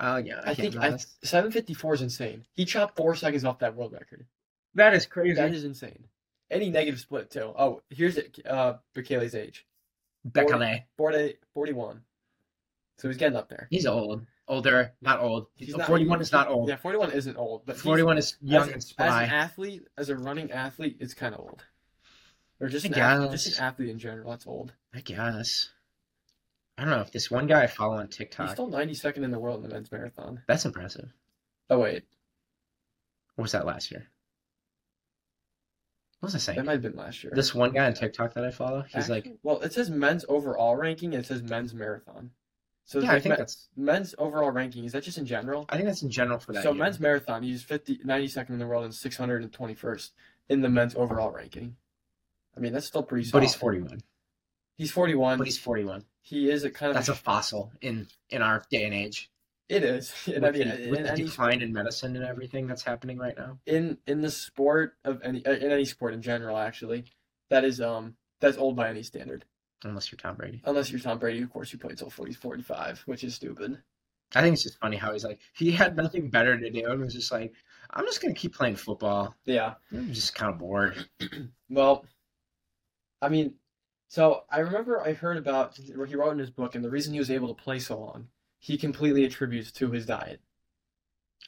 Oh yeah,
Uh, I
can't
think
remember
I,
this.
754 is insane. He chopped four seconds off that world record.
that is crazy.
That is insane. Any negative split too. Oh, here's it. Uh, Bekele's age,
Bekele.
40, 41. So he's getting up there.
He's old, older, not old.
He's not-
41 Oh, is not old.
Yeah, 41 isn't old, but he's-
41 is
as
young
a-
and
As an
spry.
athlete, as a running athlete, it's kind of old. Or just
I
an, athlete, just
guess.
an athlete in general, that's old.
I guess. I don't know if this one guy I follow on
He's
TikTok.
still 92nd in the world in the men's marathon.
That's impressive.
Oh wait,
What was that last year? What was I saying?
that might have been last year.
This one guy on TikTok that I follow, he's like,
Actually, well, it says men's overall ranking. and It says men's marathon. So
yeah,
it's
I
like
think
men-
that's,
men's overall ranking is that just in general?
I think that's in general for that.
So
year.
men's marathon, he's 50, 92nd in the world and 621st in the men's overall ranking. I mean, that's still pretty
but
solid.
he's forty-one.
He's 41.
But he's forty-one.
he is a kind of
That's a fossil in in our day and age.
it is.
With
In, any,
the,
in,
with the
any,
decline in medicine and everything that's happening right now.
in in the sport of any uh, in any sport in general, actually, that is um that's old by any standard.
Unless you're Tom Brady,
Unless you're Tom Brady, of course, who played till 40, 45, which is stupid.
I think it's just funny how he's like he had nothing better to do and was just like, I'm just gonna keep playing football.
Yeah.
I'm just kind of bored.
Well, I mean, so I remember I heard about what he wrote in his book, and the reason he was able to play so long, he completely attributes to his diet.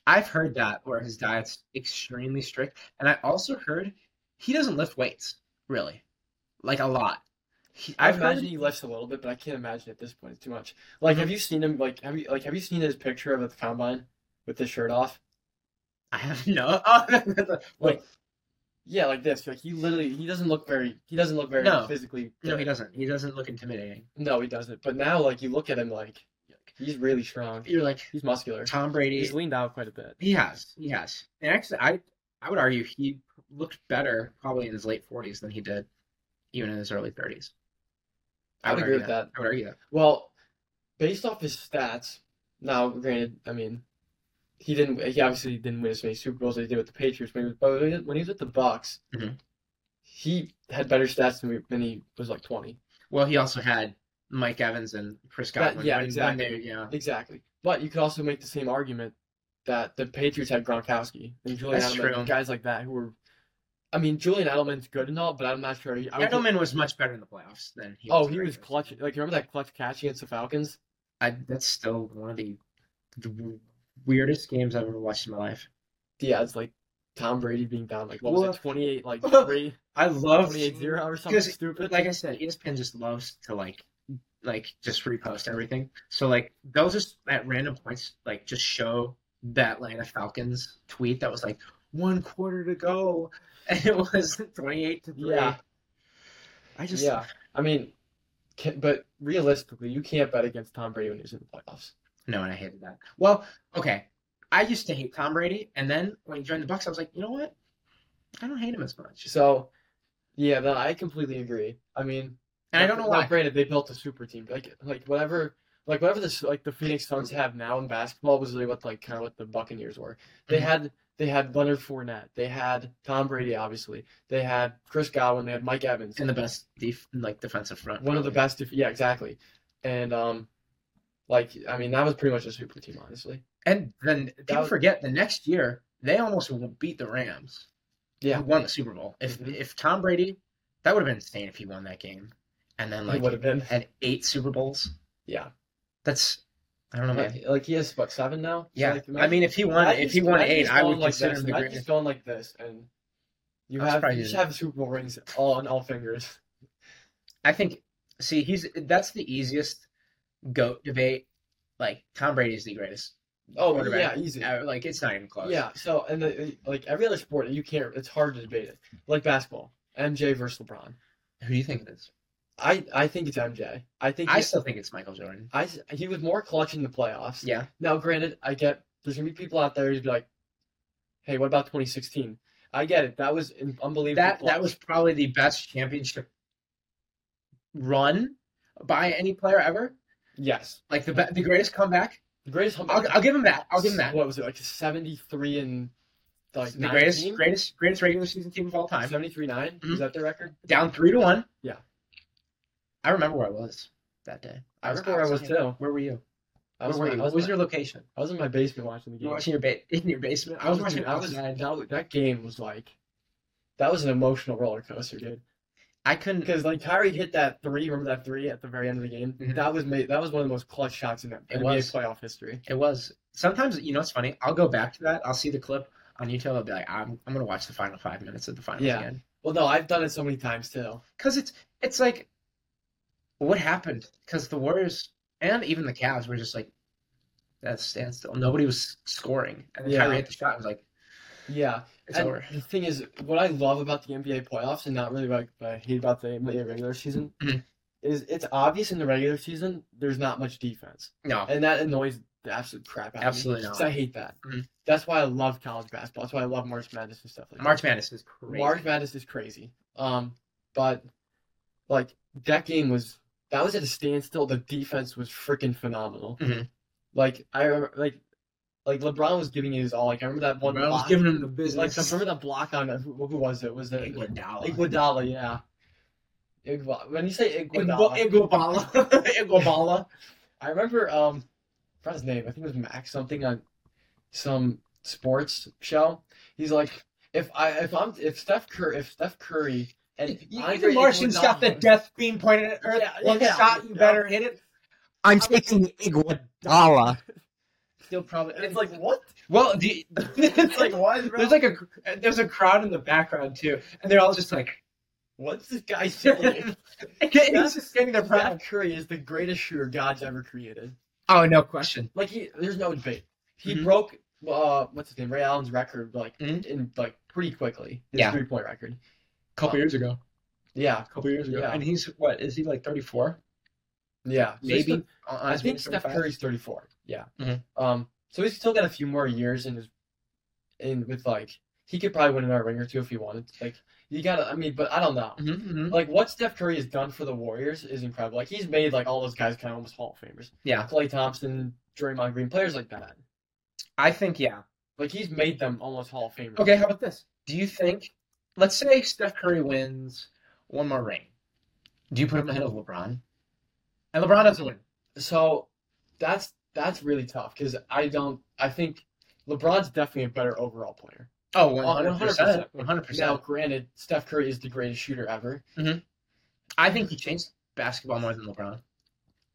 I've heard that where his diet's extremely strict, and I also heard he doesn't lift weights really, like a lot. He,
I
I've heard
imagine he lifts a little bit, but I can't imagine at this point it's too much. Like, have you seen him? Like, have you like have you seen his picture of the combine with his shirt off?
I have no. Oh, wait,
Yeah, like this. Like he literally he doesn't look very he doesn't look very
No.
physically.
no, he
fit.
doesn't. He doesn't look intimidating.
No, he doesn't. But now, like you look at him, like he's really strong.
You're like
He's muscular.
Tom Brady.
He's leaned out quite a bit.
He has, he has, and actually, I I would argue he looked better probably in his late forties than he did even in his early thirties.
I'd agree
argue
with that.
I would argue that.
Well, based off his stats, now granted, I mean, he didn't. He obviously didn't win as many Super Bowls as he did with the Patriots. But he was, but when he- when he was with the Bucks,
Mhm.
he had better stats than, we, than he was like twenty.
Well, he also had Mike Evans and Chris
That-
Godwin.
yeah,
when- when
exactly.
they- yeah,
Exactly. But you could also make the same argument that the Patriots had Gronkowski and Julian
That's
Edelman,
true.
guys like that who were. I mean, Julian Edelman's good and all, but I'm not sure. He, I would-
Edelman was much better in the playoffs than he.
oh,
in
he
the
was
regular
clutch.
season.
Like, remember that clutch catch against the Falcons?
I, that's still one of the, the w- weirdest games I've ever watched in my life.
Yeah, it's like Tom Brady being down like what
Well-
was it, twenty eight, like three.
I love
28-0 or something
Because,
stupid.
But like I said, E ESPN just loves to like like just repost everything. So like they'll just at random points like just show the Atlanta Falcons tweet that was like one quarter to go and it was twenty eight to three.
Yeah.
I just
yeah, I mean, can, but realistically, you can't bet against Tom Brady when he's in the playoffs.
no and I hated that. Well, okay. I used to hate Tom Brady and then when he joined the Bucks I was like, you know what?
I don't hate him as much.
So, yeah, no, I completely agree. I mean,
And I don't know
now,
why.
Granted, they built a super team. Like, like whatever, like whatever this, like the Phoenix Suns have now in basketball was really what, like, kind of what the Buccaneers were. They
Mhm.
had, they had Leonard Fournette. They had Tom Brady, obviously. They had Chris Godwin. They had Mike Evans.
And the best def- like defensive front.
one of the best. Def- yeah, exactly. And um, like, I mean, that was pretty much a super team, honestly.
And then people
was-
forget the next year they almost beat the Rams.
Yeah.
who won the Super Bowl. If
Mhm.
if Tom Brady, that would have been insane if he won that game, and then
it would
like
have been.
had eight Super Bowls.
Yeah.
That's I don't know, man.
Like, like, he has what seven now. So,
Yeah,
like,
I
imagine-
mean, if he won,
Imagine
if he
just-
won
imagine
eight,
just
I would
going like
consider
this.
him the
Imagine
greatest.
Just going like this, and you
I was
have
probably
you just
doing
have Super Bowl rings all on all fingers.
I think. See, he's that's the easiest goat debate. Like Tom Brady's the greatest.
Oh yeah,
quarterback.
easy.
Uh, Like it's not even close.
Yeah. So and the, like every other sport, you can't. It's hard to debate it. Like basketball, MJ versus LeBron.
Who do you think it is?
I I think it's MJ. I think
I
he-
still think it's Michael Jordan.
I s- he was more clutch in the playoffs.
Yeah.
Now, granted, I get there's gonna be people out there who'd be like, "Hey, what about 2016?" I get it. That was in- unbelievable.
That that
clutch.
was probably the best championship run by any player ever.
yes,
Like the be- the greatest comeback.
the greatest
I'll,
comeback.
I'll give him that. I'll give him that.
What was it like 73 and like
the greatest
19?
greatest greatest regular season team of all time.
73 9? Is
Mhm.
that the record?
Down three to one.
Yeah.
I remember where I was that day.
I remember where I was too.
Where were you?
I was, in
where
my,
were you? What
I, was
was
in my-
your location?
I was in my basement watching the
You were
game.
watching your ba- in your basement. I was watching
that was,
outside.
that, was- that game was like that was an emotional roller coaster, dude.
I couldn't.
Because like Kyrie hit that three, remember that three at the very end of the game?
Mhm.
That was made, that was one of the most clutch shots in that
It
NBA
was.
playoff history.
It was sometimes. You know, it's funny. I'll go back to that. I'll see the clip on YouTube. I'll be like, I'm I'm gonna watch the final five minutes of the finals
Yeah.
again.
Well, no, I've done it so many times too.
because it's it's like what happened because the Warriors and even the Cavs were just like that standstill. Nobody was scoring, and then
Yeah.
Kyrie hit the shot. and was like,
Yeah.
"It's
And
over."
The thing is, what I love about the NBA playoffs and not really like what I hate about the NBA regular season
Mhm.
is it's obvious in the regular season there's not much defense,
No,
and that annoys the absolute crap out
Absolutely
of me.
not.
'cause I hate that.
Mhm.
That's why I love college basketball. That's why I love March Madness and stuff like
March Madness is
that.
crazy.
March Madness is crazy. Um, but like that game was that was at a standstill. The defense was freaking phenomenal.
Mhm.
Like I remember, like like LeBron was giving it his all. Like I remember that one.
I was
block.
giving him the
Like
business.
I remember that block on who, who was it? Was it
Iguodala.
Iguodala? Yeah. Igua- when you say
Igbo-
Iguodala,
Iguodala. Iguodala.
I remember um, I forgot his name. I think it was Max something on some sports show. He's like, if I if I'm if Steph Curry if Steph Curry and Andre
Even Martian's got the
Iguodala-
death beam pointed at Earth.
Yeah,
One
yeah,
shot, you
yeah.
better hit it. I'm taking Iguodala.
He'll probably. and it's like what?
Well, the, it's like
why? Bro?
there's like a there's a crowd in the background too, and they're all just like
What's this guy saying?
he's just getting their
Steph
pride.
Curry is the greatest shooter God's ever created.
Oh, no question.
Like he, there's no debate. He
Mhm.
broke uh, what's his name, Ray Allen's record, like
Mhm.
in like pretty quickly. His
Yeah.
three point record.
A couple
Oh.
years ago.
Yeah,
A couple years ago.
Yeah.
And he's what? Is he like 34?
yeah. So he's
Maybe. Uh,
still- I think Steph Curry's thirty four. Yeah.
Mhm.
Um. So he's still got a few more years in his, in with like he could probably win another ring or two if he wanted. Like you gotta. I mean, but I don't know.
Mm-hmm.
Like what Steph Curry has done for the Warriors is incredible. Like he's made like all those guys kind of almost Hall of Famers.
Yeah.
Klay Thompson, Draymond Green, players like that.
I think yeah.
Like he's made them almost Hall of Famers.
Okay, how about this? Do you think let's say Steph Curry wins one more ring. Do you put him ahead of LeBron? And LeBron doesn't win.
So that's that's really tough because I don't. I think LeBron's definitely a better overall player.
Oh,
100%.
100%. 100%.
Now, granted, Steph Curry is the greatest shooter ever.
I think he changed basketball more than LeBron.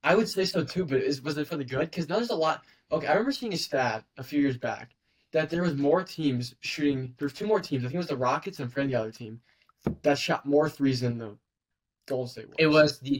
I would say so too, but is, was it for the good? Because there's a lot. Okay, I remember seeing a stat a few years back that there was more teams shooting. There was two more teams. I think it was the Rockets and I forget the other team that shot more threes than the Golden State Warriors.
It was the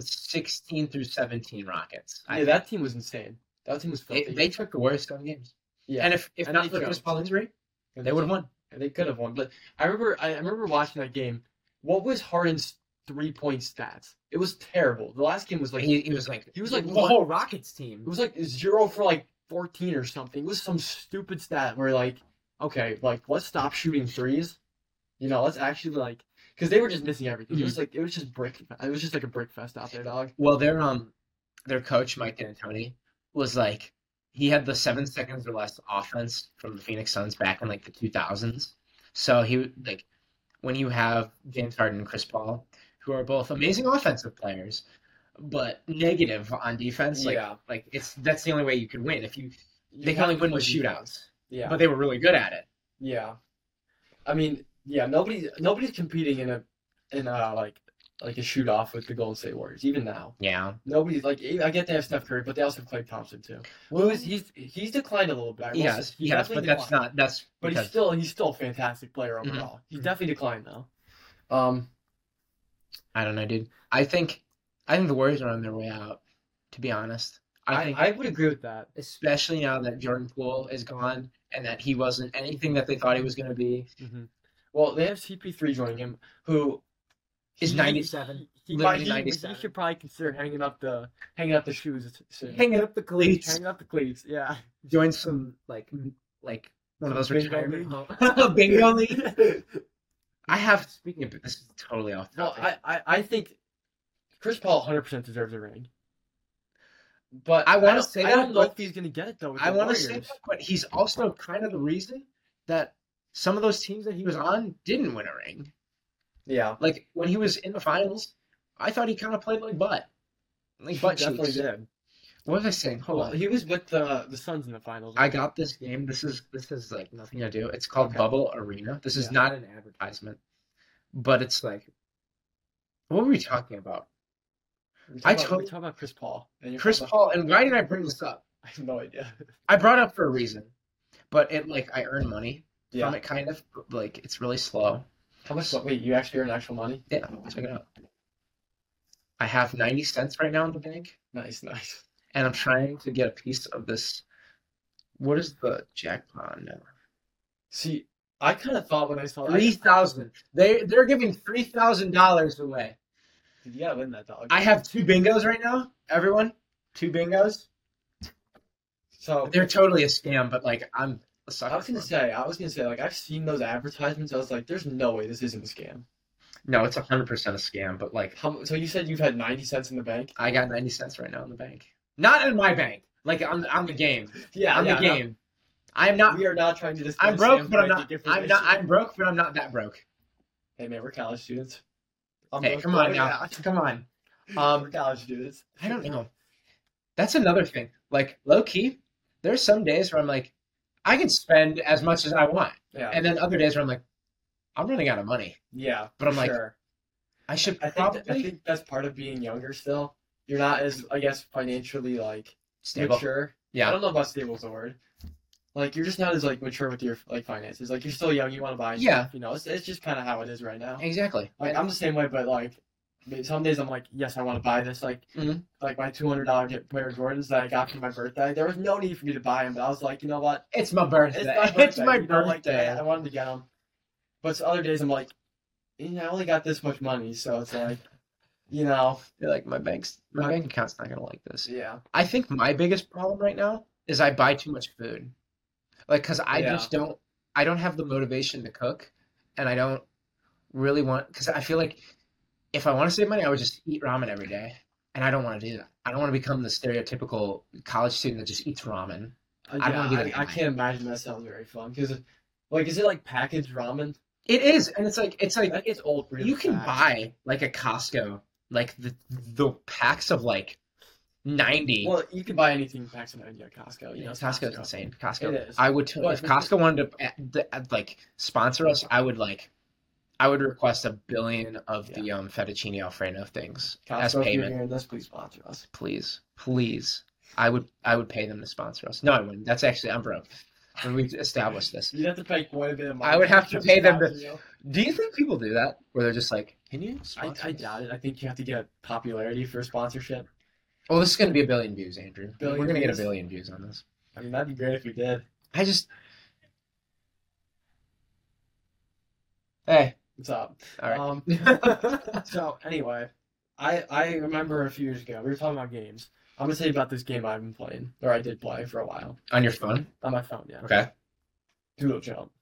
2016 through 17 Rockets. I
Yeah, that team was insane. That team was
They,
filthy.
they took the worst seven games.
Yeah.
And if, if
And
not
they
for Chris
choked.
Paul injury, they would have won.
And They could have won, but I remember I remember watching that game. What was Harden's three point stats? It was terrible. The last game was like
Like, he, he was like
he was like
the
one-
whole Rockets
it
team.
was like zero for like fourteen or something. It was some stupid stat where like okay, like let's stop shooting threes You know, let's actually like because they were just missing everything. It
Mhm.
was like it was just brick. It was just like a brick fest out there, dog.
Well, their um, their coach Mike D'Antoni was like, he had the seven seconds or less offense from the Phoenix Suns back in like the two thousands. So he would- like when you have James Harden and Chris Paul, who are both amazing offensive players, but negative on defense. Like,
Yeah.
like it's that's the only way you could win if you
You
they can
have
only
to
win
play
with
defense.
shootouts.
Yeah,
But they were really good at it.
yeah. I mean, yeah. Nobody, nobody's competing in a in a like like a shoot off with the Golden State Warriors even now.
Yeah.
Nobody's like e, I get they have Steph Curry, but they also have Klay Thompson too. Lewis, he's he's declined a little bit. I will
He
say-
has. He
he's
has. But
definitely
that's
declined.
not. That's
But he's
because
still he's still a fantastic player
Mhm.
overall. He's definitely declined though. Um,
I don't know, dude. I think I think the Warriors are on their way out. To be honest, I
I,
think
I would agree with that.
especially now that Jordan Poole is gone and that he wasn't anything that they thought he was going to be.
Mm-hmm. Well, they have CP3 joining him, who
Is
he-
97,
He,
literally
might- he,
97.
he should probably consider hanging up the hanging up the shoes soon.
Hanging up the cleats,
Hanging up the cleats, yeah.
join some like like one of those
Bingo
retirement
league.
home- bingo league. I have speaking of this is totally off
Well,
topic.
I, I, I think Chris Paul 100 percent deserves a ring, but
I wanna
don't-
say
I
that,
don't know
but-
if he's gonna get it though. with
I
the
want to say,
Warriors.
that, but he's also kind of the reason that some of those teams that he was on didn't win a ring.
yeah,
Like when he was in the finals, I thought he kind of played like butt, like
he
butt
definitely
cheeks.
did.
What was I saying? Hold
Well,
on.
he was with the the Suns in the finals.
I got this game. This is this is like nothing to do. It's called
Okay.
Bubble Arena. This is
Yeah.
not an advertisement, but it's like, what were we talking about? I
We're talking about,
tot-
we're talking about Chris Paul. And you're
Chris
talking
Paul. And why did I bring this up?
about- I have no idea.
I brought it up for a reason, but it like I earn money
Yeah.
from it, kind of. but, Like it's really slow.
How much? Wait, you actually earn actual money?
Yeah, check it out. I have ninety cents right now in the bank,
Nice, nice.
and I'm trying to get a piece of this. What is the jackpot now?
See, I kind of thought when Oh, I saw
Three thousand. They they're giving three thousand dollars away.
I, you gotta win that dog.
I have two bingos right now. Everyone, two bingos.
so
They're totally a scam, but like I'm a sucker.
I was gonna
for
say, I was gonna say, like I've seen those advertisements. I was like, there's no way this isn't a scam.
them. no, it's hundred percent a scam. But like,
How, mu- so you said you've had ninety cents in the bank?
I got ninety cents right now in the bank. Not in my bank. Like on on the game.
Yeah,
On the game. I'm not.
we are not trying to.
I'm
disclose
broke,
Sam's
but I'm
bank
not.
different
I'm
ways.
not. I'm broke, but I'm not that broke.
Hey man, we're college students. I'm
Hey,
broke,
come
but
on now. Come on.
Um, we're college students.
I don't know. That's another thing. Like low key, there's some days where I'm like, I can spend as much as I want,
Yeah,
and then other days where I'm like, I'm running out of money.
yeah.
But I'm
for
like,
sure.
I should
I think
probably
I think that's part of being younger still. You're not as I guess financially like
stable.
mature. I
Yeah,
don't know about stable's the word. Like you're just not as like mature with your like finances. Like you're still young, you want to buy.
Yeah.
stuff, you know, it's, it's just kind of how it is right now.
exactly.
Like I'm the same way, but like ma- some days I'm like, yes, I want to buy this. Like
Mhm.
like my two hundred dollar pair of Jordans that I got for my birthday. There was no need for me to buy them, but I was like, you know what?
It's my birthday.
It's
It's,
my birthday.
my
you know, like,
birthday.
I, I wanted to get them, but so other days I'm like, you know, I only got this much money, so it's like, you know,
You're like my bank's my
Right.
bank account's not gonna like this.
yeah.
I think my biggest problem right now is I buy too much food. Like, cause I
Yeah.
just don't I don't have the motivation to cook, and I don't really want because I feel like if I want to save money, I would just eat ramen every day, and I don't want to do that. I don't want to become the stereotypical college student that just eats ramen. I
Uh,
don't
yeah,
wanna be that
I, I
guy.
can't imagine that sounds very fun because, like, is it like packaged ramen?
It is, and it's like it's like
That gets old really
you can
fast.
buy like a Costco, like the the packs of like ninety.
Well, you can buy anything packed in India at Costco. You know, it's
Costco's insane. Costco.
It is.
I would too,
Well,
if
it's-
Costco wanted to uh, th- uh, like sponsor us, I would like I would request a billion of the um fettuccine alfredo things as
Costco, if you're
payment.
hearing this, please sponsor us.
Please, please. I would I would pay them to sponsor us. No, I wouldn't. That's actually I'm broke. When we established this,
You'd have to pay quite a bit of money.
I would have to pay them to-
sponsor you.
do you think people do that where they're just like, can you?
I,
sponsor
I
us?"
doubt it. I think you have to get popularity for sponsorship.
Well, this is going to be a billion views, Andrew.
Billion
We're going to get a
views?
billion views on this.
I mean, that'd be great if we did.
I just. Hey,
What's up?
all right.
Um, so anyway, I I remember a few years ago we were talking about games. I'm gonna tell you about this game I've been playing, or I did play for a while
on your phone?
on my phone. Yeah,
Okay.
Doodle Jump.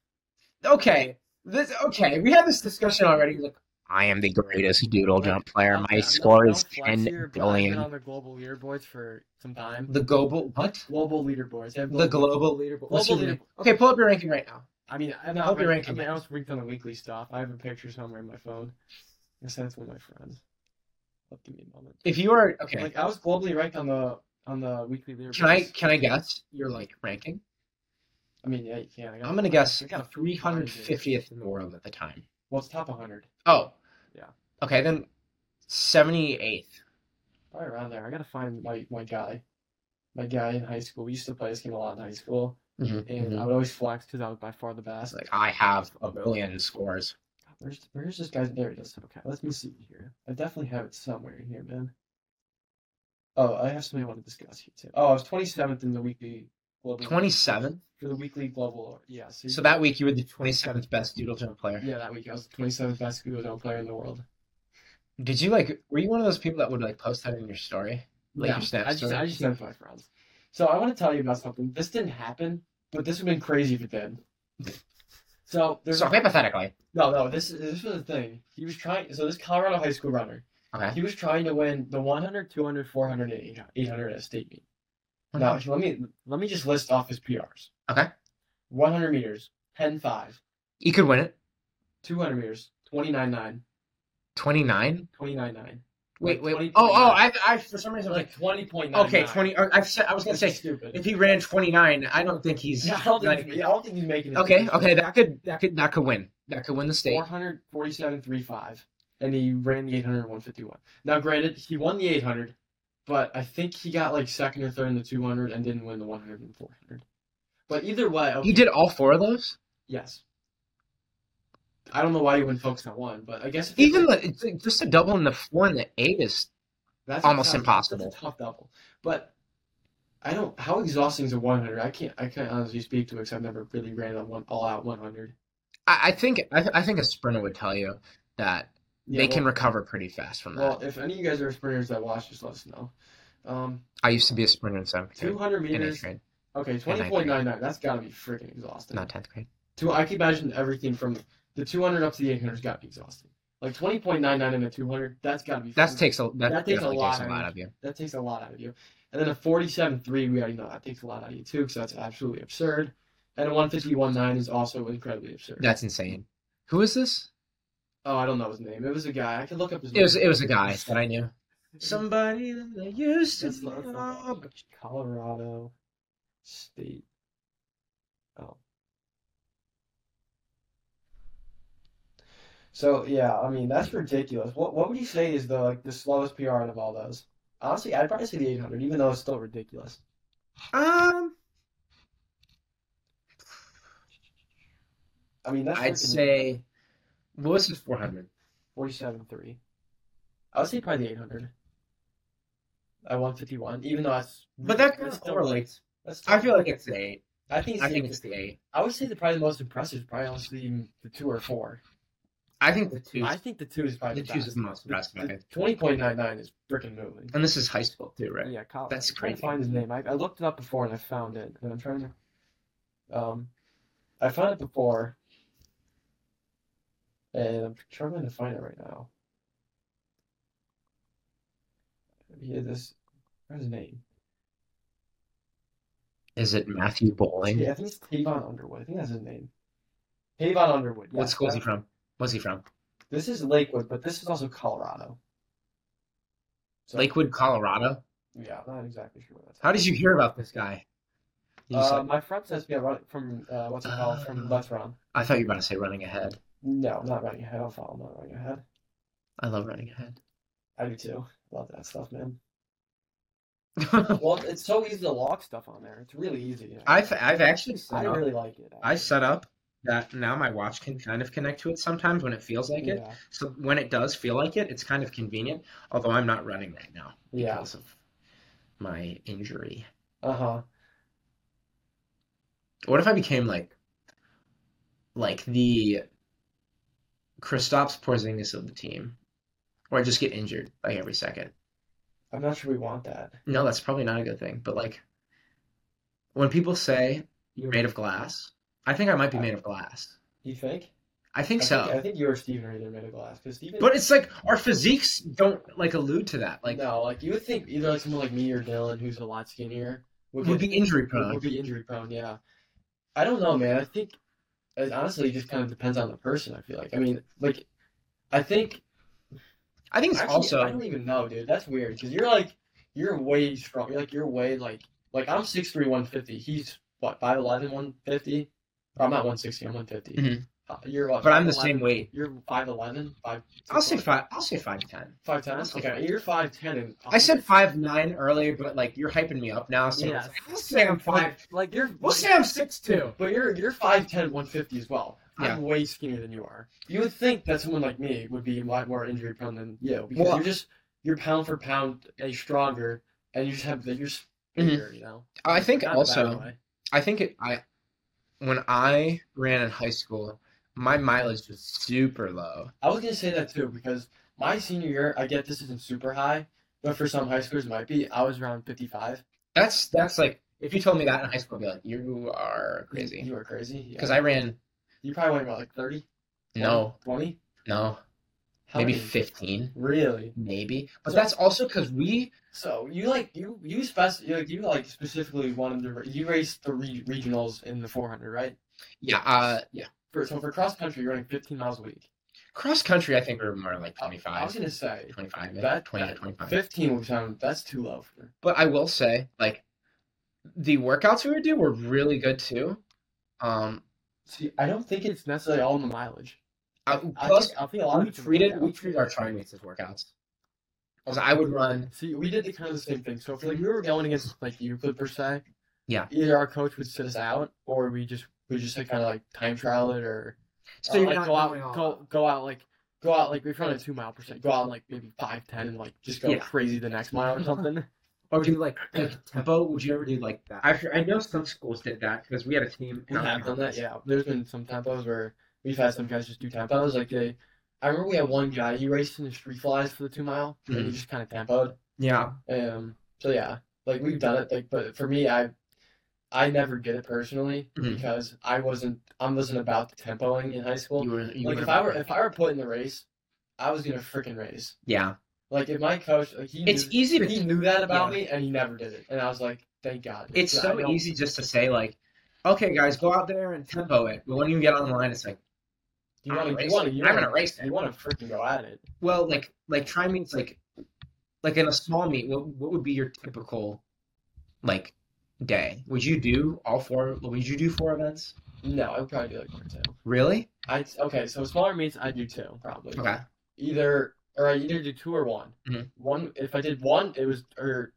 Okay. This okay? We had this discussion already. Like,
I am the greatest doodle jump player.
Um,
My
don't-
score
don't
is
flex
ten
here, but I've been
billion.
on the global leaderboards for some time.
the global what?
Global leaderboards. They have
The global leaderboard. What's
Global
your
leaderboard.
Okay, pull up your ranking right now.
I mean, I
I'll
know.
be
I
ranking
I mean,
it.
I was ranked on the weekly stuff. I have a picture somewhere in my phone. I sent it to my friend. Oh, give me a moment.
If you are okay,
Like I was globally ranked on the on the weekly leaderboards.
can I can I guess your like ranking?
I mean, yeah, you can. I got-
I'm gonna guess
I got a
three hundred fiftieth in the world at the time.
Well, it's top 100.
Oh,
Yeah.
Okay, then seventy eighth.
Probably around there. I gotta find my my guy, my guy in high school. We used to play this game a lot in high school,
Mm-hmm,
and I would always flex because I was by far the best.
Mm-hmm. Like I have a billion scores.
Where's where's this guy's there it is. Okay, let me see here. I definitely have it somewhere in here, man. Oh, I have something I want to discuss here too. Oh, I was twenty seventh in the weekly global
Twenty seventh.
for the weekly global. Yeah, so,
So that week you were the twenty seventh best doodle jump player.
yeah that week I was the twenty seventh best Google player in the world.
Did you like? Were you one of those people that would like post that in your story, like
Yeah,
your Snap
I just
story?
I just sent it to my friends. So I want to tell you about something. This didn't happen, but this would have been crazy if it did. So there's
so hypothetically,
No, no, this is this was the thing. He was trying so this Colorado high school runner.
Okay.
He was trying to win the 100, 200, 400, and 800 800 at a state meet. Now, let me let me just list off his PRs.
Okay.
100 meters, 10 5,
you could win it.
200 meters, 29 9,
Twenty nine.
29 9.
Wait, wait.
20,
oh, oh,
29.
I, I, for some reason, like,
Like 20.9.
okay, twenty. Or, I, said, I was gonna say,
stupid.
if he ran twenty nine, I don't think he's.
Yeah, I don't think
like-
he's, yeah, I don't think he's making it.
okay, okay, that could, that could, that could win. That could win the state.
447 3.5, and he ran the 800 151. Now, granted, he won the 800, but I think he got like second or third in the 200 and didn't win the 100 and 400. But either way, okay,
He did all four of those.
yes. I don't know why you wouldn't focus on one, but I guess if
Even the, it's like, just a double in the four and the eight is.
that's
almost
a tough-
impossible.
That's a tough double, but. I don't. How exhausting is a 100? I can't. I can't honestly speak to it because I've never really ran a one all out 100.
I, I think, I, I think a sprinter would tell you that
Yeah,
they
well-
can recover pretty fast from that.
Well, if any of you guys are sprinters that watch, just let us know. Um,
I used to be a sprinter in seventh grade,
200
in
meters.
eighth grade,
Okay, twenty point nine nine. That's gotta be freaking exhausting.
not tenth grade.
Two, I can imagine everything from the two hundred up to the eight hundred's gotta be exhausting. Like twenty point nine nine and a two hundred. That's gotta be.
That
freaking-
takes a that,
That takes a
definitely
lot
takes
out
a
of
lot
you.
of you.
that takes a lot out of you. And then a forty-seven three. We already know that takes a lot out of you too, because that's absolutely absurd. And a one fifty-one nine is also incredibly absurd.
That's insane. Who is this?
Oh, I don't know his name. It was a guy. I could look up his.
It was it was a guy that I knew.
Some
Somebody that I used
That's not from Watch. Colorado State. Oh. So yeah, I mean that's ridiculous. What what would you say is the like the slowest PR out of all those? Honestly, I'd probably say the 800, even though it's still ridiculous.
Um,
I mean that's
I'd
freaking
say what was his four hundred?
47.3. I would say probably the 800. At 151, even though that's
But that kind
that's
of
still-
correlates.
that's still-
I feel like it's the eight.
I think it's
I
the-
think it's the eight.
I would say the probably the most impressive, is probably honestly the two or four.
I think the two.
I think the two is probably
The
the
two is
best.
the most impressive. I think.
Twenty point nine nine is freaking moving.
And this is high school too, right?
Yeah, Colin.
That's
I'm trying
crazy.
to find his name. I, I looked it up before and I found it, and I'm trying to. Um, I found it before, and I'm trying to find it right now. He is this. What's his name?
Is it Matthew Bowling?
Yeah, I think it's Tavon Underwood. I think that's his name. Tavon Underwood.
What
yes,
school is he
that-
from? What's he from?
This is Lakewood, but this is also Colorado. So,
Lakewood, Colorado.
Yeah, I'm not exactly sure what that's.
How did you hear about this guy? You just,
Uh,
like-
my friend says we are running from uh, what's it called from
Uh.
left run.
I thought you were about to say running ahead.
No, not running ahead. I'll follow. Not running ahead.
I love running ahead.
I do too. Love that stuff, man. Well, it's so easy to log stuff on there. It's really easy.
I've I've actually set
I
up,
really like it.
I set up that now my watch can kind of connect to it sometimes when it feels like
actually.
it. So when it does feel like it, it's kind of convenient. Although I'm not running right now
Yeah.
because of my injury.
Yeah. Uh huh.
What if I became like like the Kristaps Porzingis of the team, where I just get injured like every second?
I'm not sure we want that.
No, that's probably not a good thing. But like when people say you're made of glass, I think I might be made of glass.
You think?
I think
I
so.
Think, I think you or Steven are either made of glass because Steven.
But it's like our physiques don't like allude to that. Like
no, like you would think either like someone like me or Dylan, who's a lot skinnier, would
we'd
get-
be injury
would,
prone.
would be injury prone. Yeah, I don't know, man. I think it honestly just kind of depends on the person. I feel like. I mean, like, I think
I think it's
Actually, I
also
don't even know, dude. That's weird because you're like you're way strong. You're like you're way like like I'm six three one fifty. He's what 5'11", 150? Or I'm not one sixty. I'm one Uh,
Mhm.
You're what?
but I'm the
5'11"?
same weight.
You're 5'11", 5
I'll say five I'll say five ten.
five ten. Okay, you're five ten and
I said five nine earlier, but like you're hyping me up now, so
Yeah.
it's like, we'll say I'm five
like you're.
We'll say I'm six two.
But you're you're five ten, one fifty as well.
Yeah.
I'm way skinnier than you are. You would think that someone like me would be a lot more injury prone than you because
Well-
you're just you're pound for pound a stronger, and you just have the you're just
Mhm.
bigger, you know.
I think
Not in a bad
also
way.
I think it, I when I ran in high school, my mileage was super low.
I was gonna say that too because my senior year, I get this isn't super high, but for some high schoolers it might be. I was around fifty five.
That's that's like if you told me that in high school, I'd be like, you are crazy.
You were crazy.
Because
yeah.
I ran
you probably went about like 30?
no,
20?
no,
How
maybe
many?
fifteen,
Really?
maybe. But that's also because we
So you like you you spec you like you like specifically wanted to ra- you raced the re- regionals in the 400 right?
yeah uh yeah
For, so for cross country you're running 15 miles a week.
cross country I think we were more like
I- I was
25,
gonna say
25, yeah,
that,
20 to
that
25.
15 would sound that's too low for.
But I will say, like, the workouts we would do were really good too. Um,
See, I don't think it's necessarily all in the mileage.
I-
I
Uh, plus
think, I think a lot of
we
it's the
treated
workout.
we treated our trimates as workouts. Because I would run.
See, we did the kind of the same thing. So if like we were going against like Euclid per se,
Yeah.
either our coach would sit us out, or we just we just like kind of like time trial it, or
So you're
like,
not
Oh, go out,
going all
go go out like go out like we run a two mile percent, go out like maybe five ten and like just go
Yeah.
crazy the next mile or something.
Or would you like like
tempo? Would you ever do like that?
I, I know some schools did that because we had a team.
we have done that. Yeah, there's been some tempos where we've had some guys just do tempos. Like they, I remember we had one guy he raced in the street flies for the two mile, and he just kind of tempoed.
yeah.
Um. So yeah, like we've done it. Like, but for me, I, I never did it personally
Mhm.
because I wasn't. I wasn't about the tempoing in high school.
You were, you
like
were
if I were if I were put in the race, I was gonna freaking race.
Yeah.
Like if my coach, like, he
It's
knew,
easy to
he knew that about me and he never did it, and I was like, thank God.
it's
I
so
don't-
easy just to say like, okay guys, go out there and tempo it. But when you get online it's like
You
I'm
want
gonna
to? You
race
want to?
it.
You
I'm
want
gonna race
to? You
it.
want to freaking go at it?
Well, like like try meets like like in a small meet, what what would be your typical like day? Would you do all four would you do four events?
No, I would probably do like one or two.
Really?
I okay. So smaller meets, I do two probably.
Okay.
either or I either do two or one.
Mhm.
One if I did one, it was or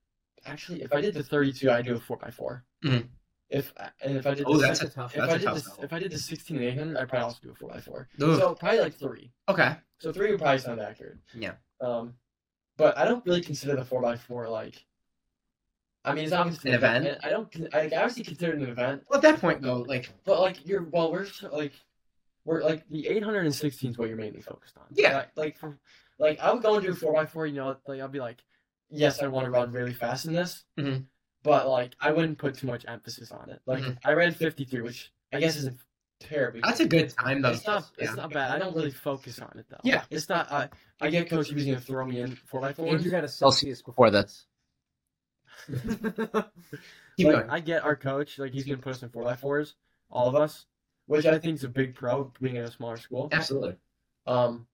actually if I did the thirty-two, I do a four by 4
Mhm.
If and if I did
Oh,
the
that's
six-
a tough
if
that's
I
a
did
tough
the,
level.
if I did the sixteen eight hundred, I probably also do a four by four.
Ugh.
So probably like three.
Okay.
So three would probably sound accurate.
Yeah.
Um, but I don't really consider the four by four like. I mean, it's not considered
event?
I don't. con- I I obviously consider it an event,
Well at that point though, like
but like you're well, we're so- like we're like the 816 is what you're mainly focused on.
Yeah.
Like, like for like I would go and do a four by four. You know, like I'll be like, yes, I want to run really fast in this,
Mhm.
but like I wouldn't put too much emphasis on it. Like
Mhm.
I ran 53, which I guess isn't terribly.
that's a good time though.
It's not.
Yeah.
It's not bad. I don't really focus on it though.
Yeah.
It's not. I I get coach. He was gonna throw me in four by four.
And you got a
Celsius
Celsius
before this.
Keep going.
I get our coach. Like he's gonna put us in four by fours, all of us, which I think is a big pro being at a smaller school.
Absolutely.
Um,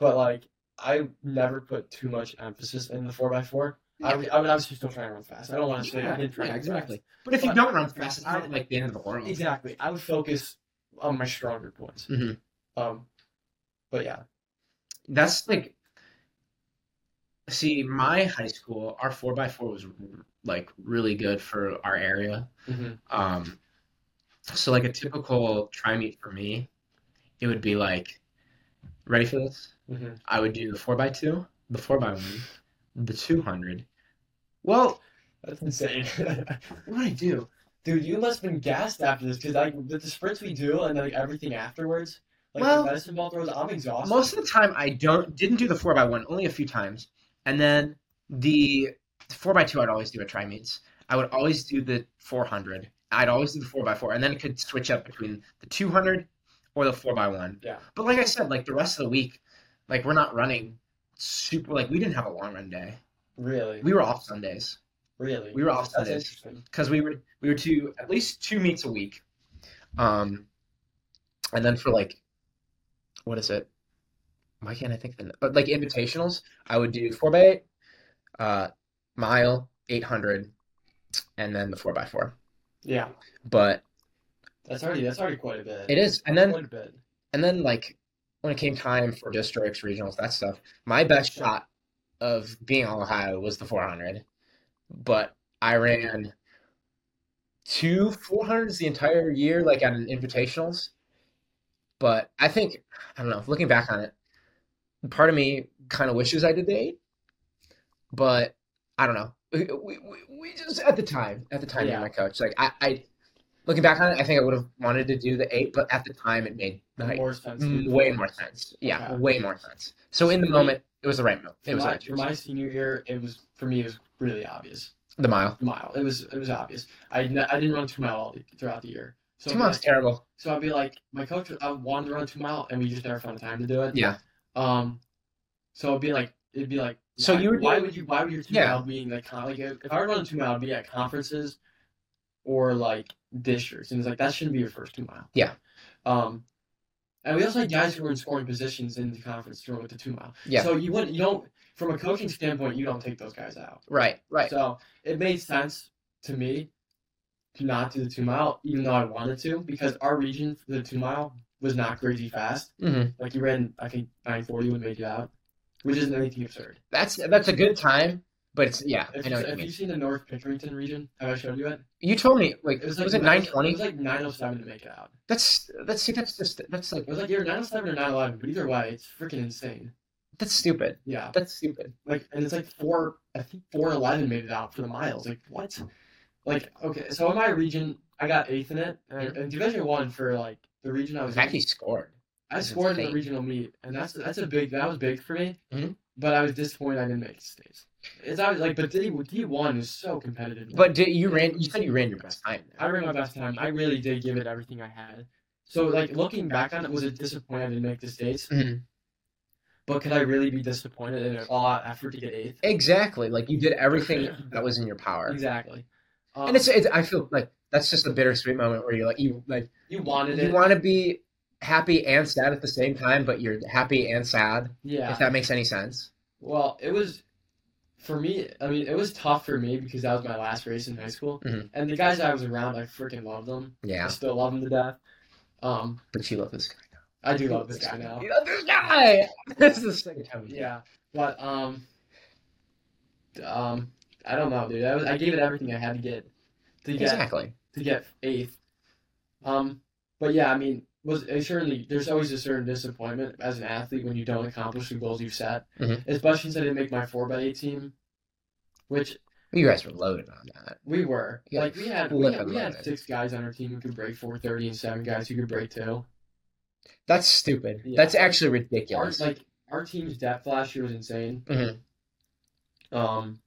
but like I never put too much emphasis in the four x four. I would, I would obviously still try to run fast. I don't want to say I didn't try
yeah,
to run fast.
exactly. But if you
But-
don't run fast, it's
I-
not like the end of the world.
Exactly. I would focus on my stronger points.
Mhm.
Um, but yeah,
That's like, see, my high school, our four by four was like really good for our area.
Mm-hmm.
Um, so like a typical try meet for me, it would be like, ready for this?
Mhm.
I would do the four by two, the four by one, the two hundred. Well,
that's insane,
what did I do?
dude. You must have been gassed after this because like with the sprints we do and like everything afterwards, like
Well-
the medicine ball throws, I'm exhausted.
Most of the time, I don't didn't do the four by one, only a few times, and then the four by two. I'd always do at tri meets. I would always do the four hundred. I'd always do the four by four, and then could switch up between the two hundred or the four by one.
Yeah.
But like I said, like the rest of the week, like we're not running super. Like we didn't have a long run day.
Really?
We were off Sundays
Really?
we were off
That's
Sundays.
interesting.
because we were we were two at least two meets a week, um, and then for like, what is it? Why can't I think of it? But like invitationals, I would do four by eight, uh, mile, eight hundred, and then the four by four.
Yeah.
But
That's already that's already quite a bit.
it is, and then
quite a bit.
and then like when it came time for districts, regionals, that stuff, my best shot of being on Ohio was the 400, but I ran two 400s the entire year, like at an invitationals. But I think I don't know. Looking back on it, part of me kind of wishes I did the eight, but I don't know. We, we, we- we just at the time, at the time, me and my
Yeah.
coach, like I, I, looking back on it, I think I would have wanted to do the eight, but at the time, it made like,
more sense.
Mm, way more sense. Yeah,
Okay.
way more sense. So in the moment, it was the right move. It was the
my,
right
for
choice.
my senior year, it was for me it was really obvious.
the mile.
The mile. It was it was obvious. I, n- I didn't run two mile all the, throughout the year. So
Two
I'd be
miles
like-
terrible.
So I'd be like, my coach, I wanted to run two mile, and we just never found time to do it.
Yeah.
Um, so it'd be like, it'd be like,
So
why,
you were
why
doing-
would you, why would your two
Yeah.
mile be in like, con- like if if I were running two mile, I'd be at conferences or like districts, and it's like that shouldn't be your first two mile.
Yeah.
Um, and we also had guys who were in scoring positions in the conference to run with the two mile.
Yeah.
So you wouldn't, you don't, from a coaching standpoint, you don't take those guys out.
Right, right.
So it made sense to me to not do the two mile, even though I wanted to, because our region for the two mile was not crazy fast.
hmm
Like you ran, I think nine forty would make it out, which isn't anything absurd.
That's that's a good time, but it's yeah.
If
I
you,
know what you
have you
mean.
seen the North Pickerington region? Have I showed you it?
You told me like was, it nine
It
twenty?
was like nine oh seven to make it out.
That's that's see that's just that's like
It was like either nine oh seven or nine eleven, but either way, it's freaking insane.
that's stupid.
Yeah,
That's stupid.
like and it's like four I think four eleven made it out for the miles. Like what? Like okay, so in my region I got eighth in it
Mm-hmm.
and, and division one for like the region I was in.
Zaki scored.
I
is
scored in the
insane.
regional meet and that's that's a big that was big for me.
Mhm.
But I was disappointed I didn't make the states. It's always like but D D one is so competitive.
But did, you ran. You said you ran your best time.
I ran my best time. I really did give it everything I had. So like looking back on it, was it disappointed I didn't make the states?
Mhm.
But could I really be disappointed in all out effort to get eighth?
Exactly. Like you did everything that was in your power.
Exactly. Um,
And it's, it's I feel like that's just a bittersweet moment where you're like you like.
You wanted
you
it.
want to be happy and sad at the same time, but you're happy and sad,
yeah.
if that makes any sense.
Well, it was for me. I mean, it was tough for me because that was my last race in high school,
Mhm.
and the guys I was around, I freaking loved them. I
Yeah,
still love them to death. Um,
but you love this guy.
I do love this guy now.
You love this guy. this is the second time. we-
Yeah, but um, um, I don't know, dude. I, was, I gave it everything I had to get to get
exactly.
to get eighth. Um, but yeah, I mean, was uh, surely there's always a certain disappointment as an athlete when you don't accomplish the goals you set.
Mhm.
Especially since I didn't make my four by eight team, which
You guys were loaded on that.
we were.
Yeah,
Like we had, we
flip
had,
and
we had
loaded.
six guys on our team who could break four thirty and seven guys who could break two.
That's stupid.
Yeah.
That's actually
Our,
ridiculous.
like our team's depth last year was insane.
Mhm.
Um,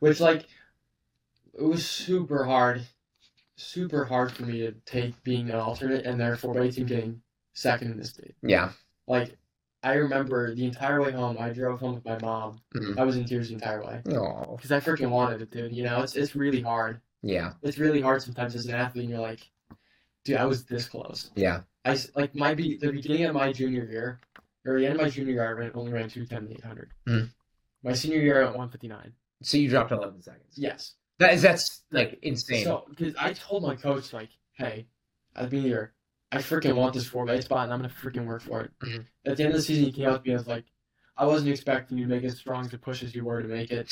which like it was super hard, super hard for me to take being an alternate and therefore my team getting second in this state.
yeah,
Like I remember the entire way home, I drove home with my mom.
Mhm.
I was in tears the entire way
oh,
because Mm-hmm. I freaking wanted it, dude. You know, it's it's really hard.
yeah,
It's really hard sometimes as an athlete. And you're like, dude, I was this close.
yeah.
I s- like my be the beginning of my junior year, or the end of my junior year, I ran, only ran two ten eight hundred.
Mm.
My senior year, I went one fifty nine.
So you dropped 11 seconds.
Yes.
That is that's like insane.
So because I told my coach like, hey, at the beginning of the year, I freaking want this four by spot, and I'm gonna freaking work for it.
Mhm.
At the end of the season, he came up to me and was like, I wasn't expecting you to make as strong as a push as you were to make it.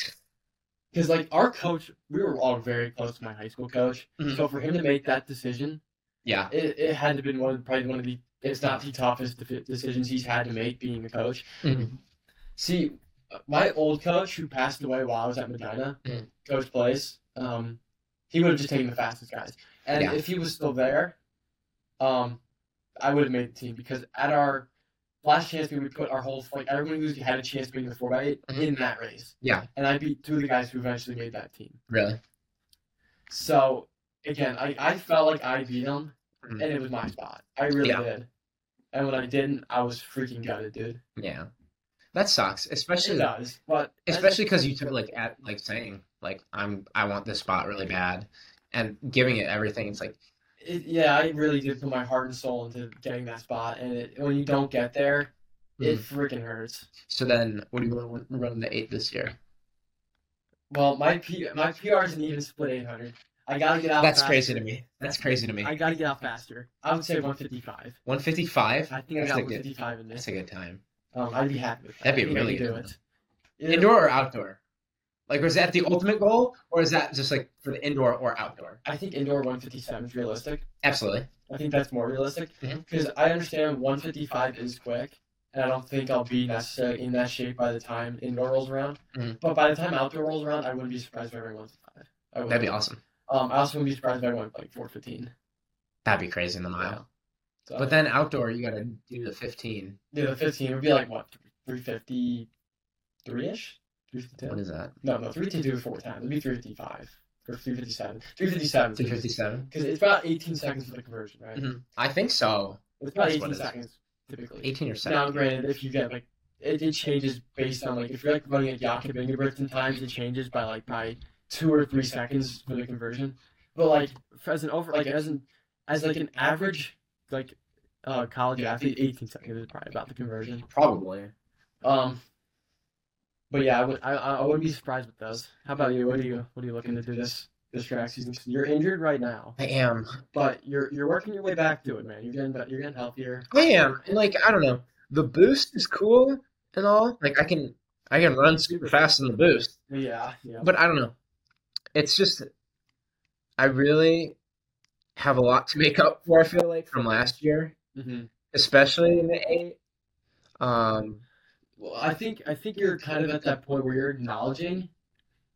Because like our coach, we were all very close to my high school coach.
Mhm.
So for him to make that decision,
yeah,
it, it had to been one probably one of the it's not the toughest defi- decisions he's had to make being a coach.
Mhm.
See, my old coach who passed away while I was at Medina,
Mhm.
Coach Place, um, he would have just taken the fastest guys, and
Yeah.
if he was still there, um, I would have made the team because at our last chance we would put our whole like everyone who had a chance to make the four by 8
Mhm.
in that race.
Yeah.
and I beat two of the guys who eventually made that team.
really.
So again, I, I felt like I beat him,
Mhm.
and it was my spot. I really
Mm-hmm. Yeah.
did. and when I didn't, I was freaking gutted, dude.
Yeah, that sucks. Especially
It does, but
especially because you took like at like saying like I'm I want this spot really bad, and giving it everything. It's like
it, yeah, I really did put my heart and soul into getting that spot, and it, when you don't get there, it
Mm-hmm.
freaking hurts.
so. Then what do you want to run the eight this year?
Well, my P, my PR isn't even split 800. I gotta get out.
That's
faster.
crazy to me. That's crazy to me.
I gotta get out faster. I would say 155.
155.
I think I
That's
got
a good-
155 in
That's
this.
a good time.
Um, I'd be happy. With that.
That'd be
I think I
really
could do
good.
it.
Indoor or outdoor? Like, was that the ultimate goal, or is that just like for the indoor or outdoor?
I think indoor 157 is realistic.
Absolutely.
I think that's more realistic
Mhm.
because I understand 155 is quick, and I don't think I'll be necessarily in that shape by the time indoor rolls around.
Mhm.
But by the time outdoor rolls around, I wouldn't be surprised if I ran 155. I
That'd be
wouldn't.
awesome.
Um, I also wouldn't be surprised if I went like 415.
That'd be crazy in the mile.
So,
But then outdoor, you gotta do the 15.
yeah, the 15 would be like what 353 ish.
What is that?
No, no, 352 is four times. It'd be 355 or 357. 357.
257.
Because it's about 18 seconds for the conversion, right?
Mhm. I think so.
It's about
That's
18
what it is.
seconds typically.
18 or
Now,
17.
granted, if you get like it, it changes based on like if you're like running at Jakob Ingebrigtsen times, it changes by like by two or three seconds for the conversion. But like for- as an over, like as an as like an average like uh college athlete, 18 seconds is probably about the conversion.
Probably.
Um, but yeah, I would I, I wouldn't be surprised with those. How about you? What are you what are you looking to do this this track season? You're injured right now,
I am.
but you're you're working your way back to it, man. You're getting bet- you're getting healthier.
I am. And like, I don't know. The boost is cool and all. Like, I can I can run super fast in the boost.
Yeah, yeah.
but I don't know. It's just I really have a lot to make up for. I feel like from last year,
Mm-hmm.
especially in the eight. Um,
Well, I think I think you're kind of at that point where you're acknowledging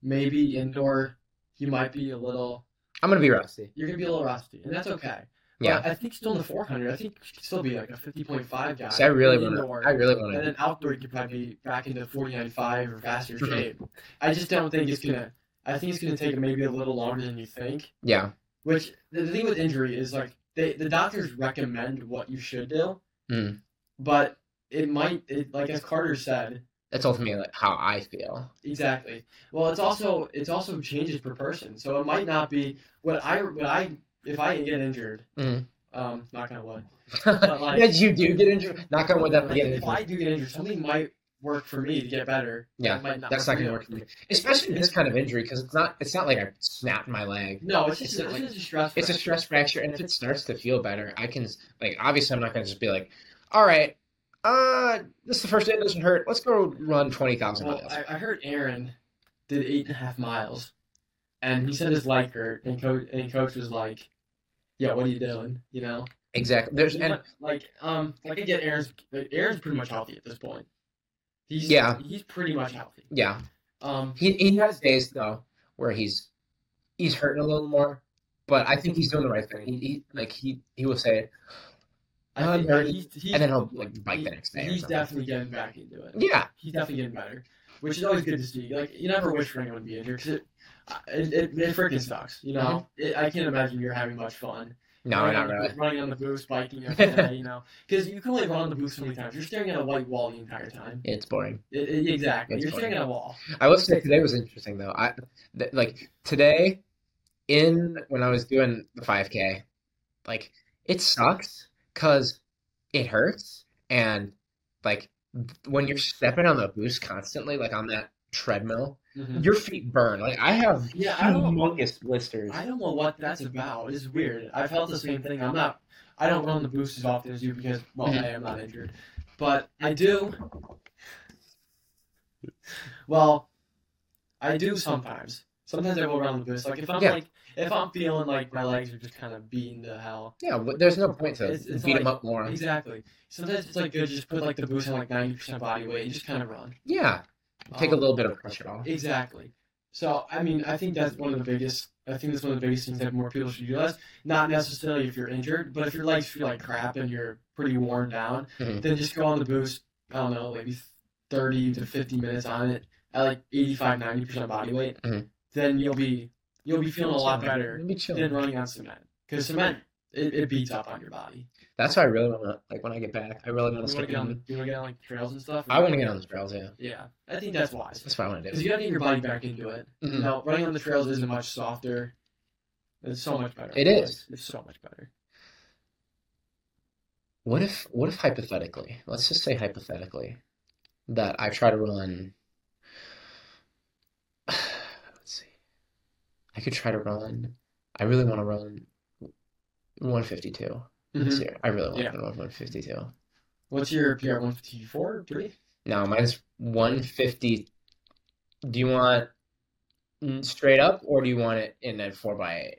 maybe indoor you might be a little
I'm gonna be rusty.
you're gonna be a little rusty, and that's okay. But
Yeah.
I think still in the 400, I think you could still be like a 50.5 guy.
See, I really
in
want
indoor.
to. I really want
And
to.
then outdoor, you could probably be back into 49.5 or faster
Mhm.
shape. I just don't think it's gonna. I think it's gonna take maybe a little longer than you think.
Yeah.
Which the thing with injury is like they the doctors recommend what you should do,
Mm.
but it might it, like as Carter said,
That's ultimately like how I feel.
Exactly. Well, it's also it's also changes per person, so it might not be what I what I if I get injured.
Mhm.
Um, not gonna wood. like-
yeah, you do get injured. Knock on wood, that
Like,
get
if
injured.
I do get injured, something might work for me to get better.
Yeah,
It might not
that's
work
not gonna work for me, especially this kind of injury because it's not. It's not like I snapped my leg.
No, it's just
It's not
it's
like-
just a stress.
It's a
fracture.
stress fracture, and if it starts to feel better, I can like obviously I'm not gonna just be like, all right, uh, this is the first day it doesn't hurt. Let's go run twenty thousand
Well,
miles.
I, I heard Aaron did eight and a half miles, and he said his leg hurt, and coach and coach was like, "Yeah, what are you doing?" You know.
Exactly. There's and
like um like I get Aaron's like, Aaron's pretty much healthy at this point. He's
Yeah.
He's pretty much healthy.
yeah,
Um.
he he has days though where he's he's hurting a little more, but I think he's doing the right thing. He, he like he he will say,
I
Um,
think
Aaron-
he's, he's,
and then he'll like bike the next day. or
he's
something.
definitely getting back into it.
yeah,
He's definitely getting better, which is always good to see. Like you never wish for anyone to be injured because it, I- it it, it freaking sucks. You know, it, I can't imagine you're having much fun.
Mm-hmm. no,
running
not
on the-
really.
Running on the booth, biking every day, you know, because you can only run on the booth so many times. You're staring at a white wall the entire time.
It's boring.
It, it- exactly,
It's
you're staring
funny.
at a wall.
I will say today was interesting though. I th- like today in when I was doing the 5K, like it sucks because it hurts and like when you're stepping on the boost constantly, like on that treadmill,
Mm-hmm.
your feet burn. Like I have
Yeah, I don't.
humongous blisters.
I don't know what that's about. It's weird. I felt the same thing. I'm not. I don't run the boost as often as you because well, I am not injured, but I do. Well, I do sometimes. Sometimes I will run the boost. Like if I'm
Yeah.
like if I'm feeling like my legs are just kind of beaten to hell.
Yeah, but there's no point to
It's- it's
beat them
like-
up more.
Exactly. Sometimes it's like good to just put like the boost on like ninety percent body weight and just kind of run.
Yeah, take a
Um,
little bit of pressure off.
Exactly. So I mean, I think that's one of the biggest. I think that's one of the biggest things that more people should do. That's not necessarily if you're injured, but if your legs feel like crap and you're pretty worn down,
Mhm.
then just go on the boost. I don't know, maybe thirty to fifty minutes on it at like 85, 90 percent body weight.
Mhm.
Then you'll be you'll be feeling a lot better
Maybe
than
chill.
running on cement because cement it, it beats up on your body.
That's why I really want to like when I get back. I really want
You want
to
to
start
get on,
doing.
the- you want to get on like trails and stuff.
I want to get on the trails. Yeah,
Yeah, I think that's wise.
that's what I want to
Because
do.
you gotta get your body back into it.
Mhm.
No, running on the trails isn't much softer. It's so much better.
It is.
It's so much better.
What if what if hypothetically, let's just say hypothetically, that I try to run let's see. I could try to run I really want to run 152 this year. I really want
Yeah.
to run 152.
What's your PR? One fifty four, three?
Now mine's 150. Do you want mm, straight up or do you want it in that 4x8?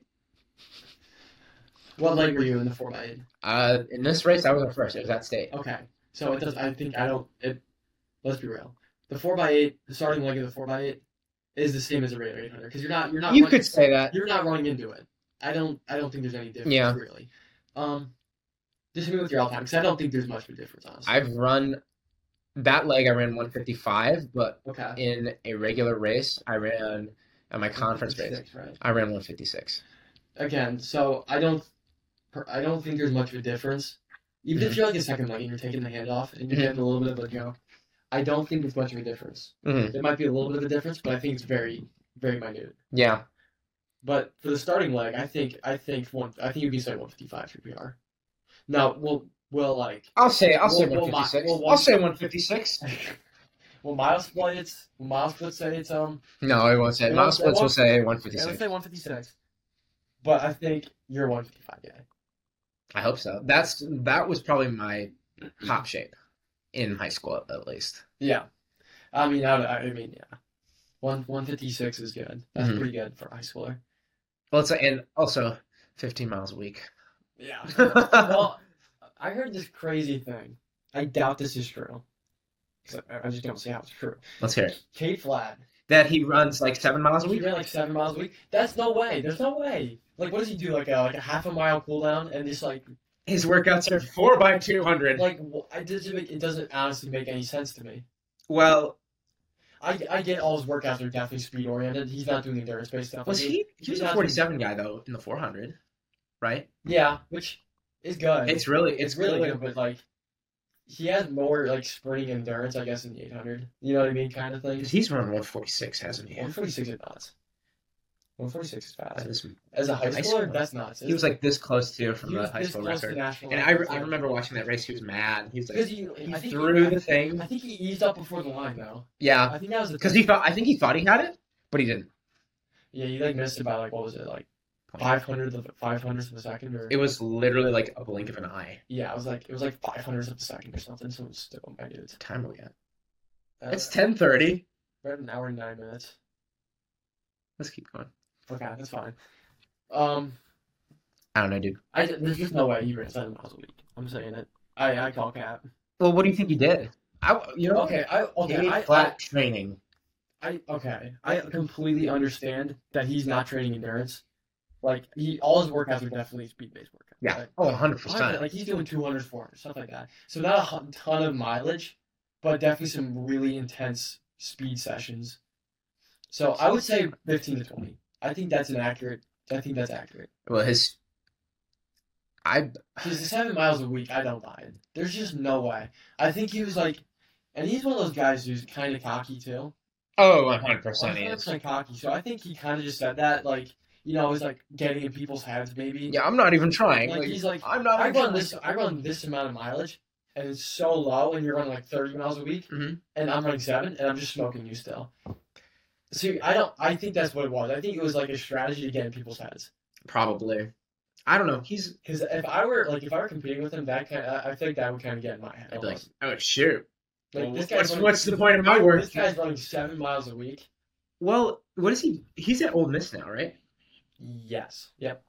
What leg were you in the four by eight?
Uh, in this race, I was on first. It was at state.
Okay, so it does. I think I don't. It. Let's be real. The four by eight, the starting leg of the four by eight, is the same as a regular eight hundred because you're not. You're not.
You
running-
could say that.
You're not running into it. I don't. I don't think there's any difference
Yeah.
really. Um, disagree with your all time because I don't think there's much of a difference honestly.
I've run that leg. I ran 155, but
okay.
in a regular race, I ran at my conference race.
Six, right?
I ran 156.
again, so I don't, per- I don't think there's much of a difference. Even if you're like a second leg and you're taking the hand off and you're
Mhm.
getting a little bit of a go, I don't think there's much of a difference.
Mhm.
There might be a little bit of a difference, but I think it's very, very minute.
Yeah,
But for the starting leg, I think, I think one, I think you'd be say 155 for PR. Now we'll, we'll like,
I'll say I'll say
Well, well, my-
156.
well,
I'll say 156.
well, Miles play it's, well, Miles would say it's um,
No, I won't say.
Well,
My splits
well,
will say
yeah, let's
156.
say 156. But I think you're 155 guy.
I hope so. That's that was probably my top shape in high school, at, at least.
Yeah, I mean, I, I mean, yeah, one one fifty six is good. That's
Mhm.
pretty good for a high schooler.
Well, it's and also 15 miles a week.
Yeah. well, I heard this crazy thing. I doubt this is true. 'Cause I, I just don't see how it's true.
Let's hear it.
Kate Flat.
That he runs like seven miles a
He
week.
ran like seven miles a week. That's no way. There's no way. Like, what does he do? Like a like a half a mile cooldown and just like
His workouts are four by 200.
like wh- it doesn't make, it doesn't honestly make any sense to me.
Well,
I, I get all his workouts are definitely speed oriented. He's not doing endurance based stuff.
was
I mean,
he? He was a 47 guy though in the 400, right?
Yeah, which is good.
It's really, it's really good.
but like he has more like sprinting endurance, I guess, in the 800. You know what I mean, kind of thing.
Because he's run 146, hasn't he?
146 is nuts. 146 is
That
fast.
is-
As a high
High
schooler,
schooler.
that's nuts.
He was like this close to
He
from the
was
high
this
school
close to
record.
national
And I,
records,
I
yeah.
remember watching that race. He was mad. He was
because
like,
he,
he
I think
threw
he,
the thing.
I think he eased up before the line though.
yeah,
I think that was the
because
thing.
he thought. I think he thought he had it, but he didn't.
yeah he like missed it by like what was it like 500 of 500 of a second or
It was literally like a blink of an eye.
yeah it was like it was like 500 of a second or something. So it's still my dudes.
What time are we at?
Uh,
It's 10:30.
we're at an hour and nine minutes.
Let's keep going.
Okay, that's fine. Um.
I don't know, dude.
I d- there's just no way you ran seven miles a week. I'm saying it. I I call cap.
Well, what do you think he did? I, you know,
Okay, I okay,
He
I,
flat training.
I, I okay. I completely understand that he's not training endurance. Like he, all his workouts are definitely speed based workouts.
Yeah.
right?
Oh, 100
Why-
percent.
Like he's doing 200, 400, stuff like that. So not a hu- ton of mileage, but definitely some really intense speed sessions. So I would say 15 to 20. I think that's an accurate. I think that's accurate.
Well, his. I
Because the seven miles a week, I don't buy it. There's just no way. I think he was like, and he's one of those guys who's kind of cocky too.
oh 100 percent he is.
100% cocky. So I think he kind of just said that, like, you know, he's like getting in people's heads, maybe.
Yeah, I'm not even trying.
Like,
Like,
he's like,
I'm not.
I
even
run
trying.
this, I run this amount of mileage, and it's so low, and you're running like 30 miles a week,
Mhm.
and I'm running seven, and I'm just smoking you still. See, I don't. I think that's what it was. I think it was like a strategy to get in people's heads.
Probably. I don't know. He's.
Because if I were like, if I were competing with him, that kind, I, I think that would kind of get in my head.
I'd be like, oh
almost.
shoot.
Like,
Well,
this guy's
what's,
running-
what's the point of my work?
This guy's running seven miles a week.
Well, what is he? He's at Old Miss now, right?
Yes. Yep.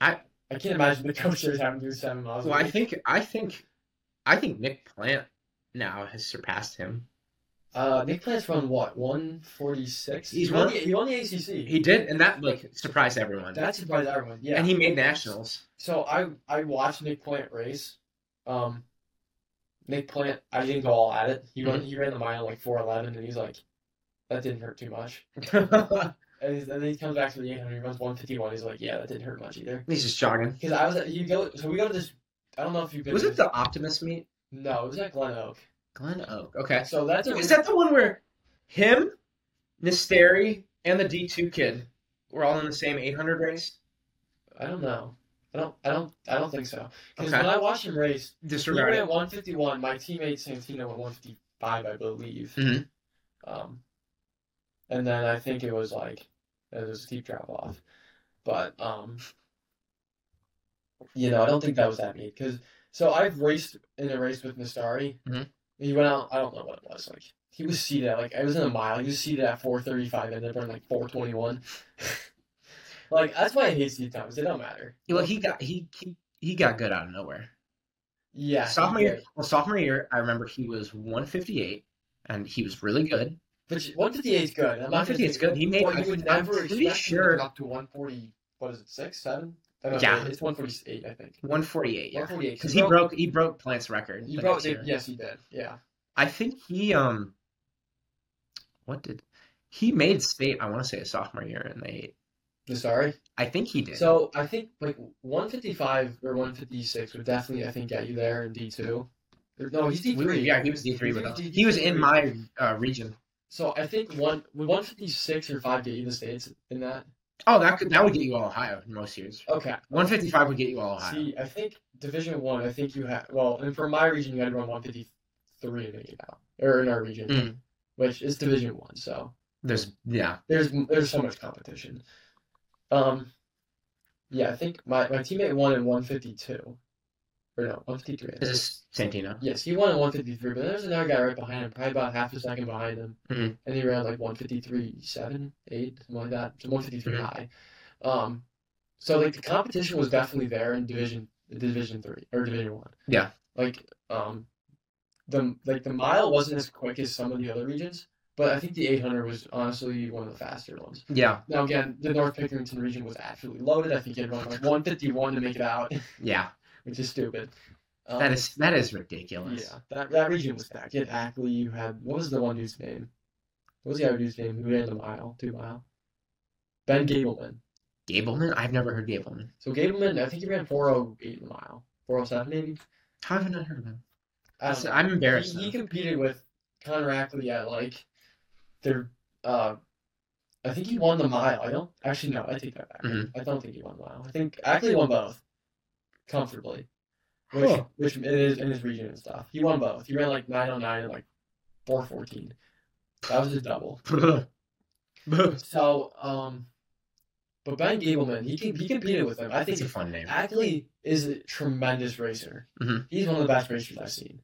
I-
I can't imagine the coach is having to do seven miles.
Well,
a
I
week.
think I think I think Nick Plant now has surpassed him.
uh, Nick Plant's run what one forty six.
He's
he won
run-
the he won the ACC.
He did, and that like surprised everyone.
that surprised everyone. Yeah.
And he made nationals.
So I I watched Nick Plant race. Um, Nick Plant, I didn't go all at it. He ran he ran the mile like four eleven, and he's like, that didn't hurt too much.
yeah,
And, he's- and then he comes back to the 800. He runs 151. He's like, yeah, that didn't hurt much either.
He's just jogging.
Because I was at, you go, so we go to this. I don't know if you've been.
Was
to
it
this-
the Optimus meet?
No, it was at Glen Oak.
Glen Oak. Okay.
So that's a.
Is that the one where him, Nisteri, and the D2 kid were all in the same 800 race?
I don't know. I don't. I don't. I don't think so. Because
Okay.
when I watched him race, he
Disregard
ran
it.
151. My teammate Santino went 155, I believe.
Mhm.
Um, and then I think it was like it was a steep drop off, but um, you know, I don't think that was that mean because so I've raced in a race with Nastari.
Mhm.
He went out. I don't know what it was like. He was seated at like I was in a mile. He was seated at 435, and then burned like 421. like that's why I hate seat times. They don't matter.
Well, he got he, he he got good out of nowhere.
Yeah. he
sophomore year,
did.
well, sophomore year, I remember he was 158, and he was really good.
But 158 is good. I'm not gonna
158 is
say-
good. He made.
Well, you would
I'm
never
pretty
expect him to
sure
get up to 140. What is it? Six, seven? I don't know,
Yeah.
it's 148, I think.
148. Yeah,
148.
because he broke he broke Plant's record.
You
the
broke
next
it.
year.
Yes, he did. Yeah.
I think he um. What did he made state? I want to say a sophomore year, and they.
Sorry.
I think he did.
So I think like 155 or 156 would definitely, I think, get you there in D2. Or- No, he's
We
D3.
were- yeah, he was D three with
He
us.
was D3.
He was in my uh, region.
So I think one would 156 or five get you the states in that.
Oh, that could that would get you all Ohio in most years.
Okay.
155 would get you all Ohio.
See, I think Division One. I, think you have well, and for my region, you had to run 153 to make it out, or in our region,
Mm.
which is Division One. So
There's yeah.
there's there's so much competition. Um, yeah, I think my, my teammate won in 152, or no, 153. I
This
think.
is Santino.
Yes, he won in 153, but there was another guy right behind him, probably about half a second behind him,
Mhm.
and he ran like 153, 7, 8, something like that, so 153
Mhm.
high. Um, so like the competition was definitely there in division division three or division one.
Yeah.
Like um, the like the mile wasn't as quick as some of the other regions, but I think the 800 was honestly one of the faster ones.
Yeah,
Now again, the North Pickerington region was absolutely loaded. I think it ran like 151 to make it out,
yeah.
which is stupid. Um,
That is that is ridiculous.
yeah, that that region was back. You had Ackley. You had what was the one dude's name? What was the other dude's name who ran the mile, two mile? Ben Gableman.
Gableman? I've never heard Gableman.
So Gableman, I think he ran 408 the mile, 407 maybe.
How have I not heard of him?
I don't know.
I'm embarrassed.
He,
now.
he competed with Connor Ackley at like their. Uh, I think he won the mile. I don't actually no. I take that back.
Mhm.
I don't think he won the mile. I think Ackley won both comfortably, which
Huh.
which in his, in his region and stuff. He won both. He ran like nine oh nine and like four fourteen. That was his double. So um, but Ben Gableman, he can, he competed with him. I think
It's a fun name.
Ackley is a tremendous racer.
Mhm.
He's one of the best racers I've seen.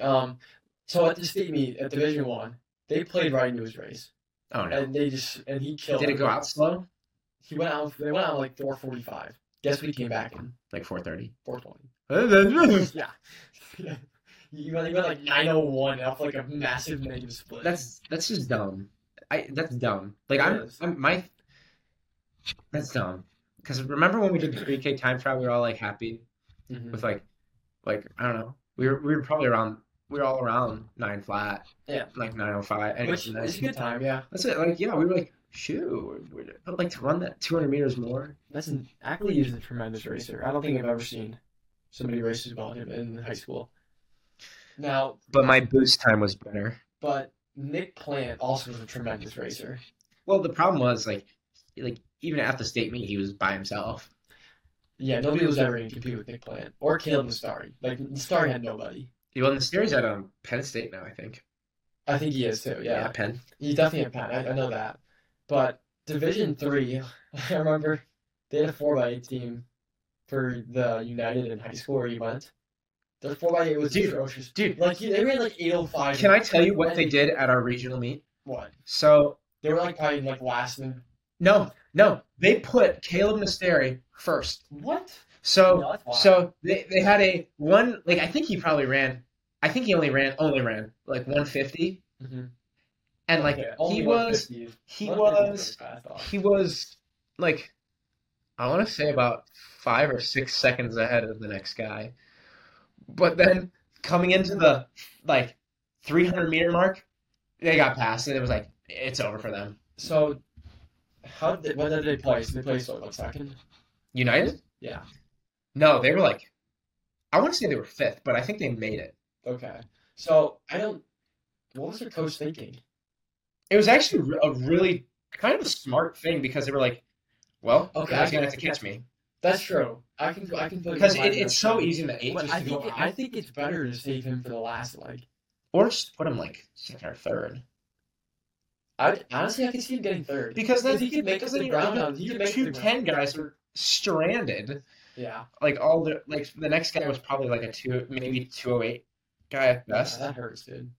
Um, so at the state meet at Division One, they played right into his race,
Oh no.
and they just and he killed.
Did it go out slow?
He went out. They went out like four forty five. Guess we came back in
Like 4:30.
four twenty.
That's
yeah. yeah. You went, you went like nine oh one off like a massive negative split.
that's just dumb. I that's dumb. Like I'm, I'm my. That's dumb. Because remember when we did the 3K time trial, we were all like happy
Mhm.
with like, like I don't know. We were we were probably around. We were all around nine flat.
Yeah.
Like 905. And
which
and that's-
is a good time. Yeah.
That's it. Like, yeah, we were like, shoot, we're, we're, I'd like to run that 200 meters more.
That's an Ackley is a tremendous racer. I don't think I've ever seen somebody race as well him in high school. Now,
But my boost time was better.
but Nick Plant also is a tremendous racer.
Well, the problem was like, like even at the state meet, he was by himself.
Yeah, nobody was ever going to compete with Nick Plant or Caleb Nastari. Like Nastari had nobody.
Well, the stairs at um Penn State now, I think.
I think he is too. Yeah,
Penn.
he definitely had Pat. I, I know that. But Division Three, I remember they had a four x eight team for the United in high school where he went. Their four x eight was
Dude.
atrocious.
Dude,
Like he, they ran like eight oh five.
can I tell you what they did at our regional meet?
What?
So
They were like probably like last and
no, no, they put Caleb Nasteri first.
what?
So
No, that's wild.
so they, they had a one like I think he probably ran, I think he only ran only ran like 150, and like
Mm-hmm. Okay,
he
only
was
150.
he
150
was
is what I thought.
he was like i want to say about five or six seconds ahead of the next guy but then coming into the like 300 meter mark they got past and it was like it's over for them
So How did they, when did they place? They placed like second.
United?
Yeah.
No, they were like, I want to say they were fifth, but I think they made it.
Okay. So I don't. What was their coach thinking?
It was actually re- a really kind of smart thing because they were like, well,
Okay,
okay, guy's
okay,
gonna have to catch me
That's true. I can I can put
because
him on
it, it's
that.
so easy in the eight
But
just
I
to go
think I
out.
think it's better to save him for the last leg.
or just put him like second or third
I honestly I can see him getting third.
because then
If he can make
because
it
then
to the ground,
your-
um, he
your
can make it to
two
the
ten guys were stranded.
Yeah.
Like all the like the next guy was probably like a two maybe two oh eight guy at best.
That hurts, dude.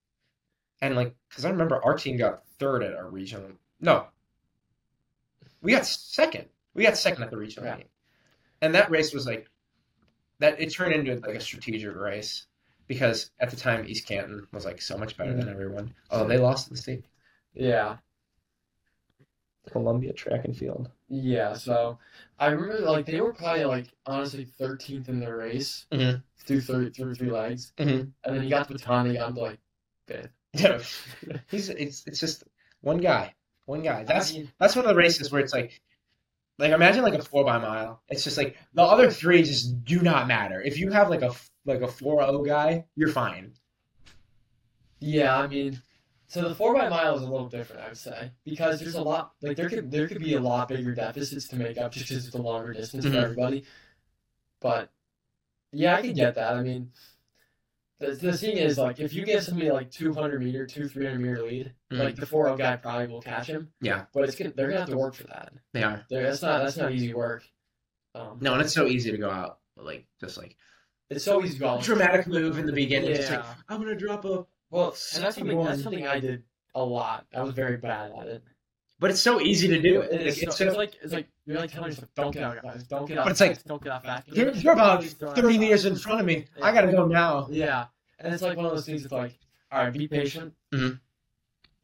And like, because I remember our team got third at our regional. No, we got second. We got second at the regional
Yeah.
meet. and that race was like that. It turned into like a strategic race because at the time East Canton was like so much better than everyone. Oh, they lost to the state
Yeah.
Columbia Track and Field.
Yeah, so I remember like they were probably like honestly thirteenth in the race
Mhm.
through three through three legs,
Mhm.
and then you got to Baton, and you got to, like fifth.
Yeah, he's it's it's just one guy, one guy. That's
I mean,
That's one of the races where it's like, like imagine like a four by mile. It's just like the other three just do not matter. If you have like a like a four zero guy, you're fine.
yeah, I mean, so the four by mile is a little different, I would say, because there's a lot like there could there could be a lot bigger deficits to make up just because it's a longer distance for
Mhm.
everybody. But yeah, I can get that. I mean, the the thing is like if you give somebody like two hundred meter, two three hundred meter lead,
Mm.
like the four up guy probably will catch him.
Yeah.
But it's gonna, they're gonna have to work for that.
They are
They're, that's not that's not easy work. Um,
no, and it's so easy to go out like just like
it's so easy going.
dramatic move in the beginning. It's like
Yeah.
I'm gonna drop a,
Well, and that's something
One.
that's something I did a lot. I was very bad at it.
but it's so easy to do. It.
It
Like,
is so-
it's
it's,
so,
like it's like you're like telling yourself, don't get out, guys, don't get out.
But it's like,
guys, don't get out fast.
you're, you're about thirty meters in front of me. I gotta go now.
Yeah, and it's like one of those things. It's like, all right, be patient.
Mhm.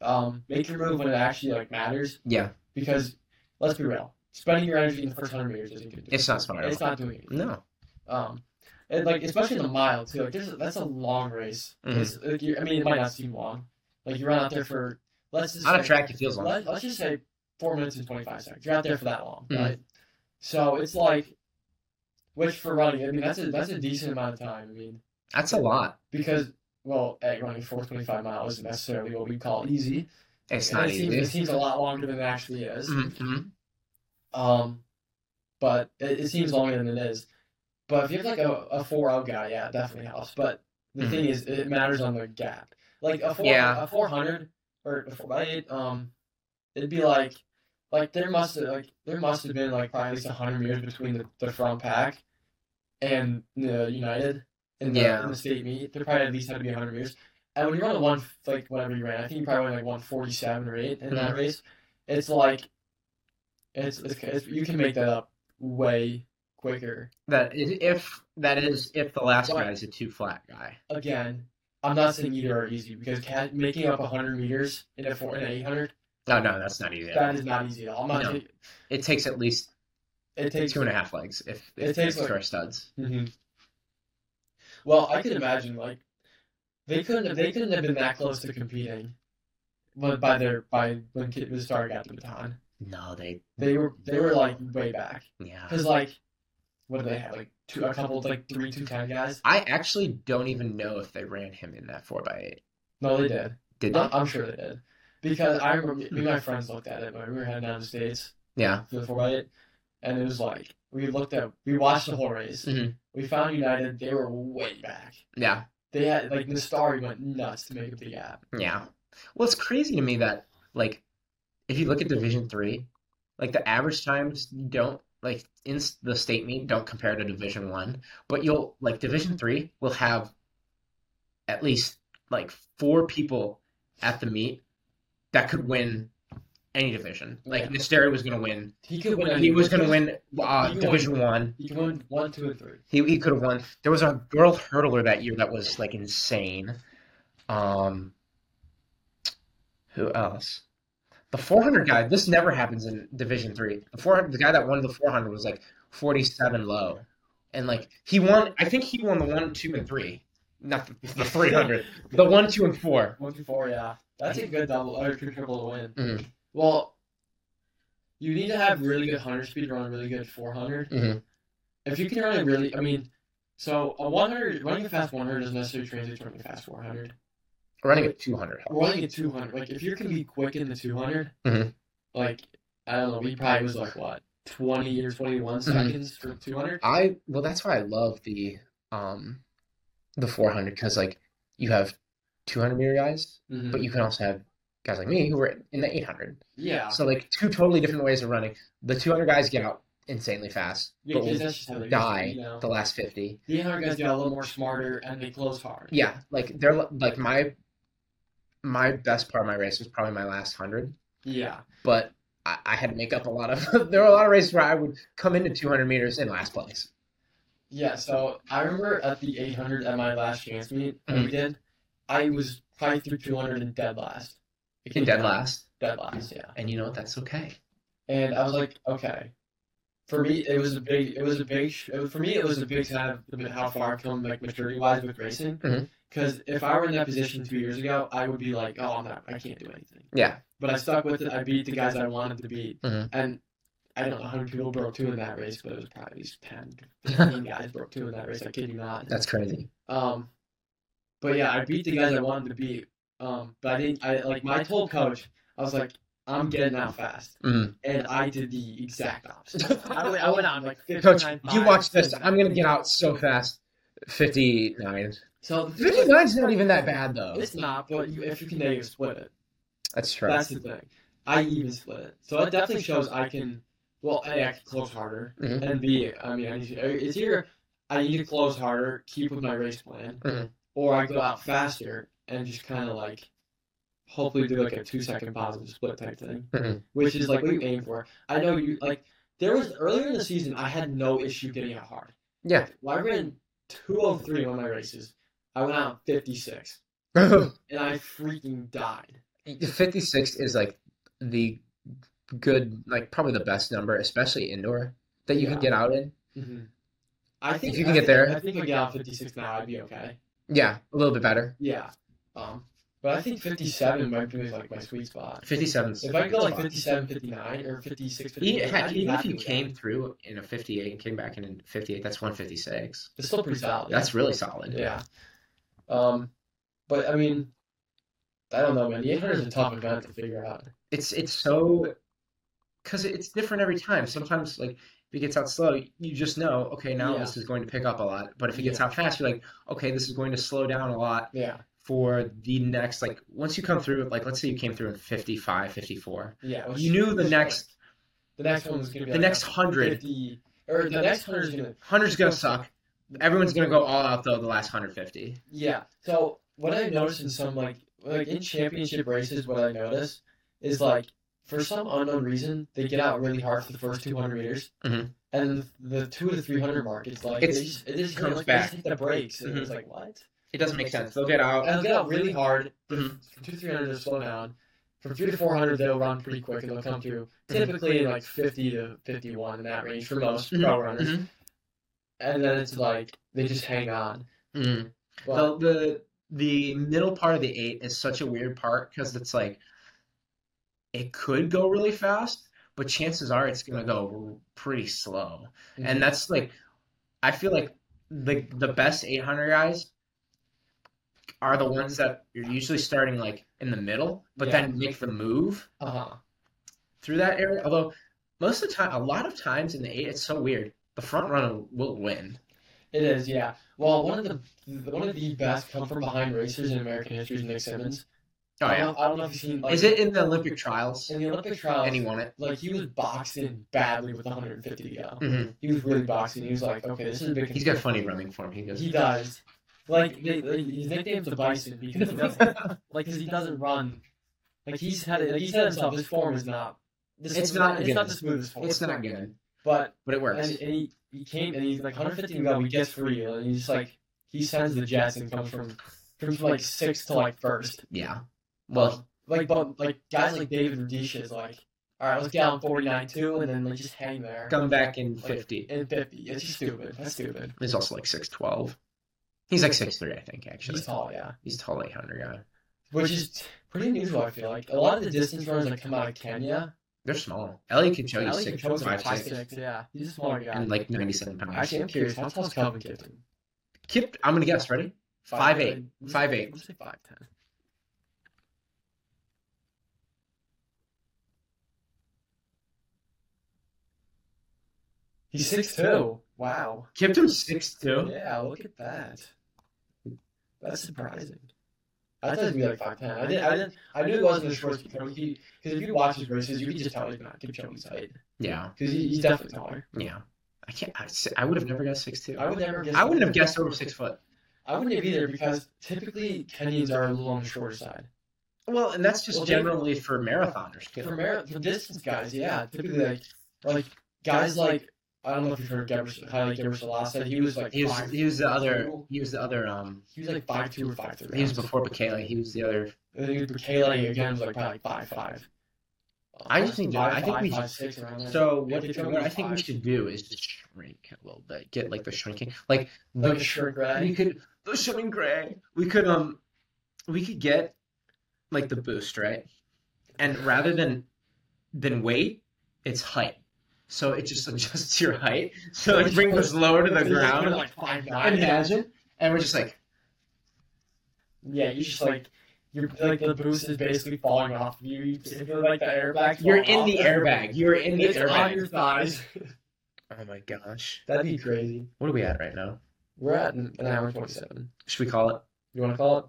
Um, make your move when it actually like matters
Yeah,
because let's be real, spending your energy in the first hundred meters isn't gonna do
it's
it.
not smart. At
It's
all.
not doing anything.
No,
Um, and like especially in the mile too. Like there's that's a long race.
Mhm.
It's, like, you, I mean, it might not seem long. Like you run out there for let's just
on a
say-
track it feels long.
Let, let's just say four minutes and twenty five seconds. You're out there for that long,
Mhm.
right? So it's like, which for running, I mean that's a that's a decent amount of time. I mean
That's a lot.
because well, at running four twenty five miles isn't necessarily what we call easy.
It's
And
not
it seems, it
easy.
seems a lot longer than it actually is.
Mhm.
Um, but it, it seems longer than it is. But if you have like a, a four out guy, yeah, it definitely helps. But the
Mhm.
thing is, it matters on the gap. Like a four,
Yeah.
a four hundred or a four by eight, um, it'd be like, like there must have like there must have been like probably at least hundred meters between the, the front pack and the United in the
Yeah.
in the state meet. There probably at least had to be hundred meters. And when you run a one like whatever you ran, I think you probably went like one forty seven or eight in
Hmm.
that race. It's like it's, it's, it's you can make that up way quicker.
That is if that is if the last
What?
guy is a two flat guy.
Again, I'm not saying either are easy because ca making up 100 meters in a four in an 800
No, no, that's not easy. at all.
that is not easy at all. I'm not
No.
saying-
It takes at least
it takes
two and a half legs if,
It
if it
takes,
takes
like-
our studs.
Mm-hmm. Well, I can imagine like they couldn't have, they couldn't have been that close to competing, but by their by when Kit was starting at the baton,
No, they
they were they were like way back
yeah.
because like what do they have like two a couple like three two ten guys?
I actually don't even know if they ran him in that four by eight.
No, they did.
Did
I'm,
they?
I'm sure they did. Because I remember me and my friends looked at it when we were heading down the States
Yeah.
for the 4x8, and it was like, we looked at, we watched the whole race.
Mhm.
We found United, they were way back.
Yeah.
They had, like, Nastari went nuts to make up the gap.
Yeah. Well it's crazy to me that like if you look at division three, like the average times don't like in s- the state meet don't compare to division one, but you'll like division three will have at least like four people at the meet that could win any division. Like
Yeah.
Nesteri was gonna win
He could win.
he was going to win uh,
He won.
Division One.
He could win one, two, and three.
He he could have won. There was a girl hurdler that year that was like insane. Um, who else? The 400 guy. This never happens in Division Three. The 400, the guy that won the 400 was like 47 low, and like he won. I think he won the one, two, and three. Not the, the 300. the one, two, and four.
Mm-hmm. One, two, four, yeah. That's a good double, or good triple to win.
Mhm.
Well, you need to have really good hundred speed to run a really good four Mm-hmm.
Mhm.
If you can run a really, I mean, so a one hundred running a fast one hundred doesn't necessarily translate to running a fast four hundred.
Running at 200.
running a 200 like if you can be quick in the 200
Mhm.
like i don't know we probably was like what 20 or 21 seconds for 200
I well, that's why I love the um the 400 because like you have 200 meter guys,
Mhm.
but you can also have guys like me who were in the 800.
yeah
So like two totally different ways of running. The 200 guys get out insanely fast,
Yeah,
but
'cause
will
that's just how they
die
you know.
the last 50.
the 800 guys got a little more smarter and they close hard
Yeah, like they're li- like my my best part of my race was probably my last 100,
yeah
but I, I had to make up a lot of. there were a lot of races where I would come into 200 meters in last place.
yeah so i remember at the 800 at my last chance meet that
Mm-hmm.
we did i was probably through 200 and dead last
In dead last,
dead last yeah
and you know what? That's okay.
and I was like, okay. For me, it was a big, it was a big, sh- it was, for me, it was a big sign of the- how far I've come, like maturity wise with racing.
Mhm.
Because if I were in that position two years ago, I would be like, oh, I'm not, I can't do anything.
Yeah.
But I stuck with it. I beat the guys I wanted to beat,
Mhm.
and I don't know how many people broke two in that race, but it was probably at least 10, 15 guys broke two in that race. I kid you not.
That's crazy.
Um, but yeah, I beat the guys I wanted to beat. Um, but I didn't. I like my told Mm-hmm. coach. I was like, I'm getting out fast,
Mhm.
and I did the exact opposite. I, went- I went on like
Coach,
59
you watch
five.
this. I'm gonna get out so fast. 59.
So
59's not even that bad though.
It's not, but you, if you can negative split it,
That's true.
that's the thing. I even split it, so it definitely shows I can. Well, A, I can close harder,
Mhm.
and B, I mean, I need to, it's either I need to close harder, keep with my race plan,
Mhm.
or I go out faster and just kind of like hopefully do like a two second positive split type thing,
Mhm.
which is like what you aim for. I know you like there was earlier in the season I had no issue getting out hard.
Yeah.
well, I ran two hundred three on my races. I went out fifty six, and I freaking died.
56 is like the good, like probably the best number, especially indoor, that you can
Yeah.
get out in.
I think
If you can
I
get
think-
there.
I think I get out fifty six now. I'd be okay.
Yeah, a little bit better.
Yeah, um, but I think fifty seven might be like my sweet spot.
57's.
If I go like 57, 59, or 56,
Even,
58,
heck,
I'd be
even if
happy
you
with
came
that.
through in a 58 and came back in a 58, that's 156.
it's still pretty solid.
That's really solid.
yeah. Um, but I mean, I don't know, man. The 800 is a tough event to figure out.
it's it's so because it's different every time. Sometimes like if it gets out slow, you just know okay now
Yeah.
this is going to pick up a lot. But if it gets out fast, you're like okay this is going to slow down a lot
Yeah,
for the next like once you come through like let's say you came through in 55, 54.
yeah.
You knew the next
the next one was gonna be
the
like
next hundred
50, or the next hundred is gonna
hundred's gonna suck. Everyone's gonna go all out though the last hundred fifty.
Yeah. So what I noticed in some like like in championship races, what I notice is like for some unknown reason they get out really hard for the first two hundred meters,
Mhm.
and the two to three hundred mark, Mm-hmm. it's Mm-hmm. like
It's-
they just, it just
comes
like, they just
back.
hit the brakes, and it's like what?
It doesn't make sense. They'll get out.
And they'll get out really hard.
Mhm.
From two to three hundred, they'll slow down. From three to four hundred, they'll run pretty quick and they'll come through.
Mhm.
Typically, like fifty to fifty-one in that range for most
Mhm.
pro runners,
Mhm.
and then it's like they just hang on.
Mhm.
But-
the, the the middle part of the eight is such a weird part because it's like it could go really fast, but chances are it's gonna go pretty slow.
Mm-hmm.
And that's like I feel like the the best eight hundred guys are the ones that you're usually starting like in the middle, but
Yeah.
then make the move
uh-huh.
through that area. Although most of the time, a lot of times in the eight, it's so weird. The front runner will win.
It is, yeah. Well, one of the one of the best come from behind racers in American history is Nick Simmons.
Oh
I
yeah,
don't, I don't know if you've seen. Uh, Like,
is it in the Olympic trials?
in the Olympic trials?
And he won it.
Like he was boxing badly with 150 to go.
Mhm.
He was really boxing. He was like, okay, this is a big.
He's got funny running form. He goes.
He does. Like they, they, his nickname's the Bison because he doesn't like because he doesn't run. Like he's had like he said himself, his form is not. This
It's
is
not
It's
good.
not the smoothest form.
It's not good,
But
but it works.
And, and he, he came and he's like 150 we got we gets for you and he's like he sends the Jets and comes from comes from like sixth to like first.
yeah. Well,
Um, like but like guys like David Rudisha is like, all right, let's get on 49 too, and then like just hang there
come back in
like,
fifty.
and 50. It's just stupid. That's stupid.
He's also like six twelve. He's like six three, I think. Actually,
He's tall, yeah,
he's a tall eight hundred guy.
which is pretty unusual. I feel like a lot of the distance runners that come out of Kenya
They're small. Ellie Kipchoge is
Elliot
six
Kipchoge
foot
is
five
five
six
six.
Yeah, he's a smaller guy.
and like ninety seven pounds.
Actually, I'm curious.
How
How
tall is
tall's
Calvin
Calvin
Kippen?
Kip, I'm gonna guess. Ready? Five eight. Five
I'm
eight.
gonna say five ten.
He's six two. Wow.
Kipchoge's six two.
Yeah, look at that. That's surprising.
I thought he'd be like five ten. I didn't. I didn't. I knew it wasn't the shorts Kipchoge. Because if you watch his races, you can just tell he's not Kipchoge's height.
Yeah,
Because he, he's definitely taller.
yeah. I can't. I, I would have never guessed six two.
I would never guess.
I wouldn't have guessed over six foot.
I wouldn't have either because typically Kenyans are a little on the shorter side.
Well, and that's just
Well, they-
generally for marathoners too.
For mar- for distance guys, yeah, typically like like guys like I don't know if you've heard Gebers, how like Gebers Salasa, he was like
he was
five,
he was the other he was the other um
he was like five two or five three.
he was before Bekele. He was the other.
And then Bekele again was like probably five five. Uh,
I just think-
five,
I think
five,
we-
five, six around there.
So what,
Kipchoge
what I
was
think we
five.
should do is just shrink a little bit. Get like the shrinking, like the
like a short
we
guy.
could the shrinking gray. We could um we could get like the boost right, and rather than than weight, it's height. So it just adjusts your height. So it brings us lower to the
He's like,
ground.
like five nine.
Imagine, and we're just like
Yeah, you just like you're like the boost is basically falling off of you. You feel like the airbag.
you're in the airbag. You're in the
It's on your
airbag.
thighs.
Oh my gosh,
That'd be crazy.
what are we at right now?
We're at an an hour twenty seven.
Should we call it?
You want to call it?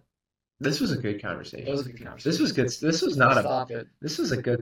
This was a good conversation.
That was a good conversation.
This was good. This was not a.
Stop it.
This was a good